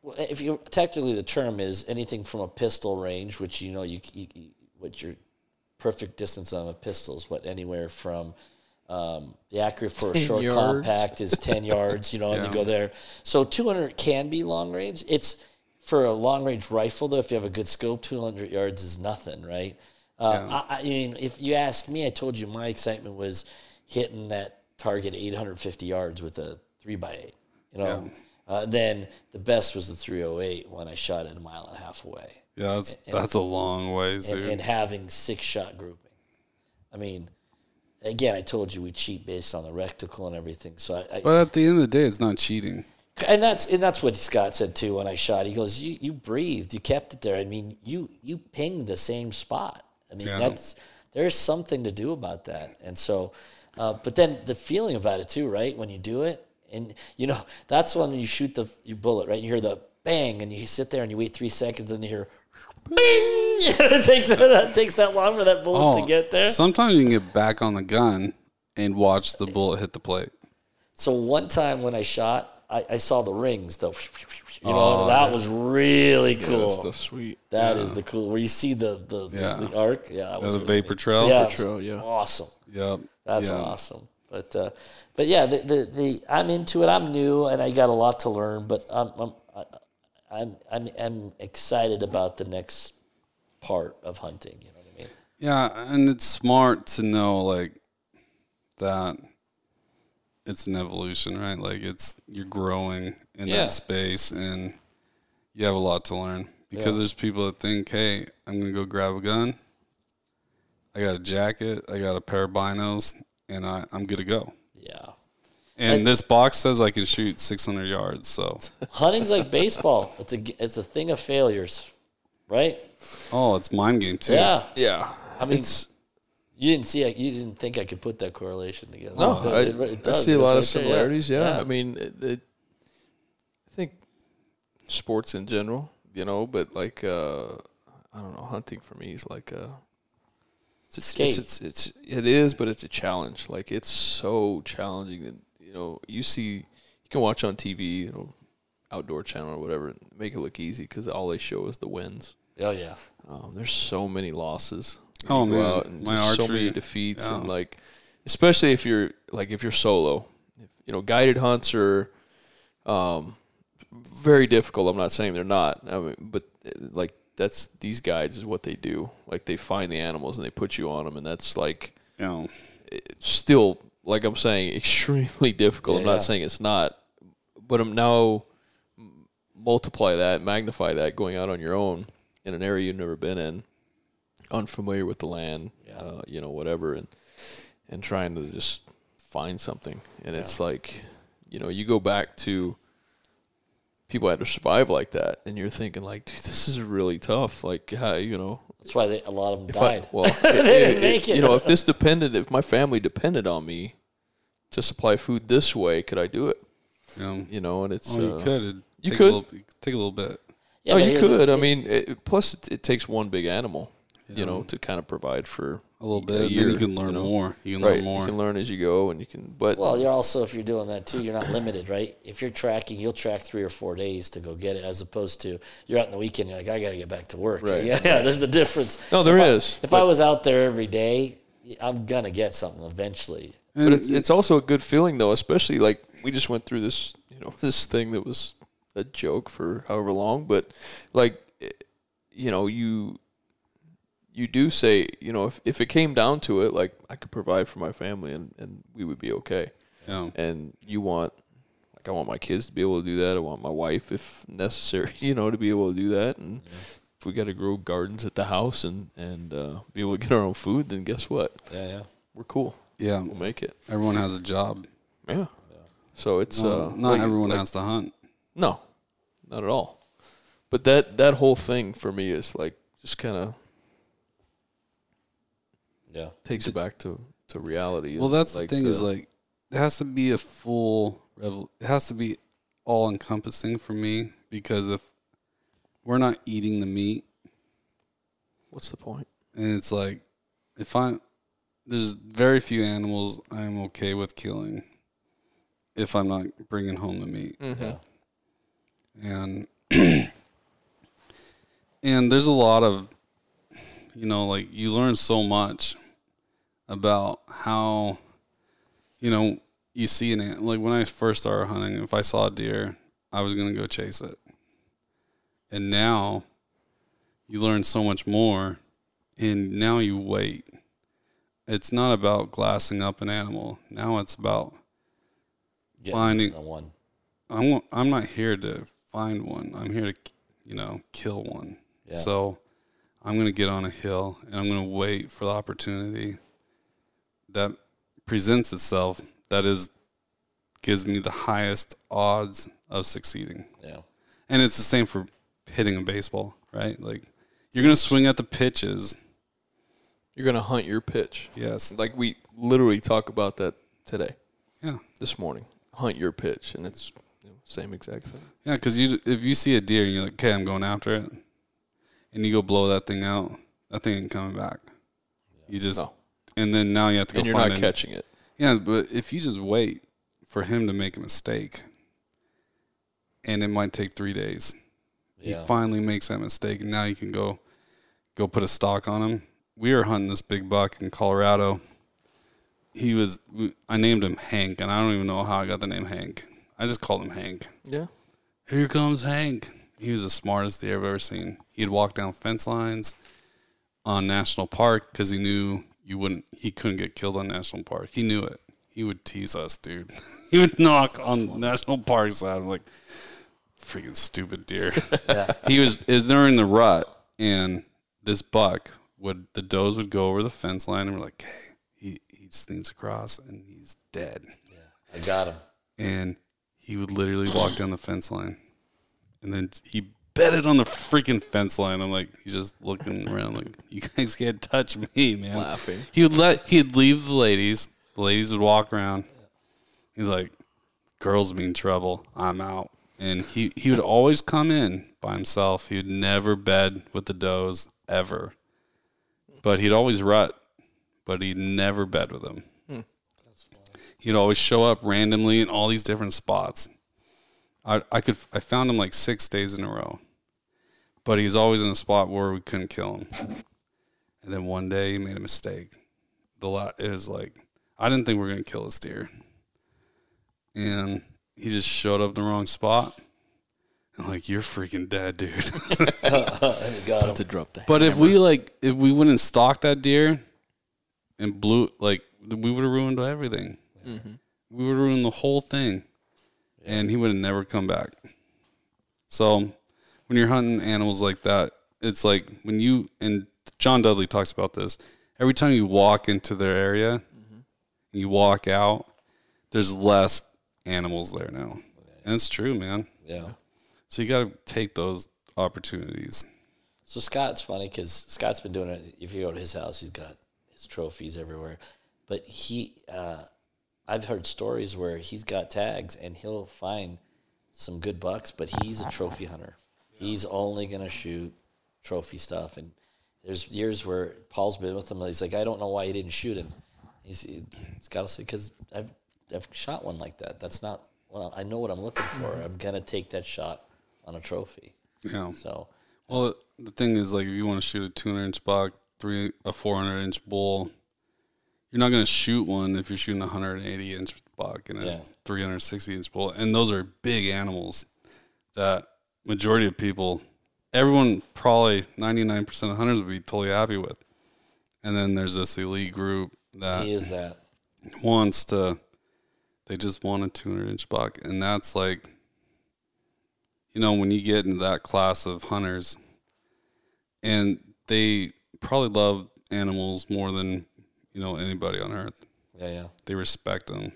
well, if you technically the term is anything from a pistol range, which you know you, you you- what your perfect distance on a pistol is what anywhere from um, the accurate for a 10 short yards. compact is ten yards. You know, and you go there. So two hundred can be long range. It's for a long range rifle though. If you have a good scope, two hundred yards is nothing, right? Uh, I, I mean, if you ask me, I told you my excitement was hitting that target 850 yards with a three by eight. You know, uh, then the best was the 308 when I shot it a mile and a half away, Yeah, that's that's a long ways, and, dude. and having six shot grouping. I mean, again, I told you we cheat based on the reticle and everything. So I, I but at the end of the day, it's not cheating. and that's and that's what Scott said too when I shot. He goes, "You you breathed, you kept it there. I mean, you you pinged the same spot. I mean, that's there's something to do about that. And so, uh, but then the feeling about it too, right? When you do it, and you know that's when you shoot the your bullet, right? You hear the bang, and you sit there and you wait three seconds, and you hear. Bing! it takes that takes that long for that bullet to get there. Oh, Sometimes you can get back on the gun and watch the bullet hit the plate. So one time when I shot, I, I saw the rings though. You know, that was really cool. That's the sweet. That is the cool where you see the the, Yeah. the arc. Yeah, that As was a really vapor trail. neat. Yeah, it was trail, yeah. awesome. Yep. That's Yeah. awesome. But uh, but yeah, the, the the I'm into it. I'm new and I got a lot to learn. But I'm I'm I- I'm I'm, I'm excited about the next part of hunting. You know what I mean? Yeah, and it's smart to know like that it's an evolution, right? Like it's you're growing in Yeah. that space and you have a lot to learn. Because there's people that think, Hey, I'm gonna go grab a gun. I got a jacket, I got a pair of binos, and I, I'm good to go. Yeah. And this box says I can shoot 600 yards. So, Hunting's like baseball. It's a g- it's a thing of failures, right? oh, it's mind game too. Yeah. Yeah. I mean, It's- you didn't see. You didn't think I could put that correlation together. No, Oh, It- I, it- it I does. see a It's lot right of there, yeah. similarities. Yeah. I mean, it, it, I think sports in general, you know, but like uh, I don't know, hunting for me is like a it's a, Escape. It's, it's it's it is, but it's a challenge. Like it's so challenging that you know you see you can watch on TV, you know, outdoor channel or whatever, and make it look easy because all they show is the wins. Oh yeah. Um, there's so many losses. Oh, You go man. out and My just so archery- many defeats and like, especially if you're like if you're solo, if, you know, guided hunts are um, very difficult. I'm not saying they're not, I mean, but uh, like that's these guides is what they do. Like they find the animals and they put you on them, and that's like You know, still like I'm saying extremely difficult. I'm not yeah. saying it's not, but I'm now m- multiply that, magnify that going out on your own in an area you've never been in, unfamiliar with the land, uh, you know, whatever, and and trying to just find something. And it's like, you know, you go back to people had to survive like that, and you're thinking like, dude, this is really tough. Like, how you know, That's why they, a lot of them if I- died. well, i- i- i- make it. you know, if this depended, if my family depended on me to supply food this way, could I do it? you know, You know, and it's oh, you uh, could. It'd you take could. A little, take a little bit. yeah, oh, but you here's the- could. I mean, it, plus it, it takes one big animal, you know, to kind of provide for a little bit. and year, then you can learn more. You can Right. learn more. You can learn as you go, and you can. But Well, you're also if you're doing that too, you're not limited, right? If you're tracking, you'll track three or four days to go get it, as opposed to you're out in the weekend. You're like, I got to get back to work. Right. Yeah, yeah. There's the difference. no, there if I- is. if I was out there every day, I'm gonna get something eventually. but it's, it's also a good feeling though, especially like we just went through this, you know, this thing that was a joke for however long, but like, it- you know, you you do say, you know, if, if it came down to it, like I could provide for my family and, and we would be okay. Yeah. And you want, like, I want my kids to be able to do that. I want my wife, if necessary, you know, to be able to do that. And if we got to grow gardens at the house and and uh, be able to get our own food, then guess what? Yeah, yeah. We're cool. Yeah, We'll make it. everyone has a job. Yeah. So it's uh, not like- everyone like- has to hunt. No, not at all. But that that whole thing for me is like just kind of Yeah. takes it back to to reality. Well, and, that's the thing is the- like it has to be a full revel. It has to be all encompassing for me because if we're not eating the meat, what's the point? and it's like if I there's very few animals I'm okay with killing if I'm not bringing home the meat. And and there's a lot of you know like you learn so much about how you know you see an ant like when I first started hunting if I saw a deer I was going to go chase it. And now you learn so much more and now you wait. It's not about glassing up an animal. Now it's about Getting Finding- a one. I'm I'm not here to find one. I'm here to you know kill one. Yeah. So I'm gonna get on a hill and I'm gonna wait for the opportunity that presents itself. That is gives me the highest odds of succeeding. Yeah. And it's the same for hitting a baseball, right? Like you're gonna swing at the pitches. You're gonna hunt your pitch. Yes. Like we literally talk about that today, Yeah. this morning. Hunt your pitch, and it's you know, same exact thing. Yeah, because you if you see a deer and you're like, okay, I'm going after it, and you go blow that thing out, that thing ain't coming back. You just No. and then now you have to go and you're find not it. catching it. Yeah, but if you just wait for him to make a mistake, and it might take three days, Yeah. he finally makes that mistake, and now you can go go put a stock on him. We were hunting this big buck in Colorado. He was we- I named him Hank, and I don't even know how I got the name Hank. I just called him Hank. Yeah. Here comes Hank. He was the smartest deer I've ever seen. He'd walk down fence lines on national park because he knew you wouldn't. He couldn't get killed on national park. He knew it. He would tease us, dude. He would knock on national park side. I'm like, freaking stupid deer. He was is during the rut, and this buck would the does would go over the fence line, and we're like, hey, he he sneaks across, and he's dead I got him. and he would literally walk down the fence line, and then he bedded on the freaking fence line. I'm like, he's just looking around like, you guys can't touch me, man. Laughing. He would let he'd leave the ladies. The ladies would walk around. He's like, girls mean trouble. I'm out. And he he would always come in by himself. He would never bed with the does ever, but he'd always rut. But he'd never bed with them he'd always show up randomly in all these different spots. I, I could I found him like six days in a row, but he's always in a spot where we couldn't kill him. And then one day he made a mistake. The lot is like I didn't think we were gonna kill this deer, and he just showed up in the wrong spot. I'm like, you're freaking dead, dude. I got him. To drop the But if we like, if we wouldn't stalk that deer and blew, like, we would have ruined everything. We would have ruined the whole thing, and he would have never come back. So, when you're hunting animals like that, it's like when you and John Dudley talks about this. Every time you walk into their area, and you walk out, there's less animals there now, and it's true, man. Yeah. So you got to take those opportunities. So Scott's funny because Scott's been doing it. If you go to his house, he's got his trophies everywhere. But he, uh, I've heard stories where he's got tags and he'll find some good bucks, but he's a trophy hunter. He's only gonna shoot trophy stuff, and there- There's years where Paul's been with him. And he's like, I don't know why he didn't shoot him. He's, he's got to say because I've I've shot one like that. That's not. Well, I know what I'm looking for. I'm gonna take that shot on a trophy. Yeah. So Well, the thing is, like, if you want to shoot a 200 inch buck, three a 400 inch bull, you're not going to shoot one if you're shooting a 180 inch buck and a Yeah. 360 inch bull. And those are big animals that majority of people, everyone probably 99% of hunters would be totally happy with. And then there's this elite group that he is that. wants to they just want a 200 inch buck and that's like you know when you get into that class of hunters and they probably love animals more than you know anybody on earth Yeah, yeah. they respect them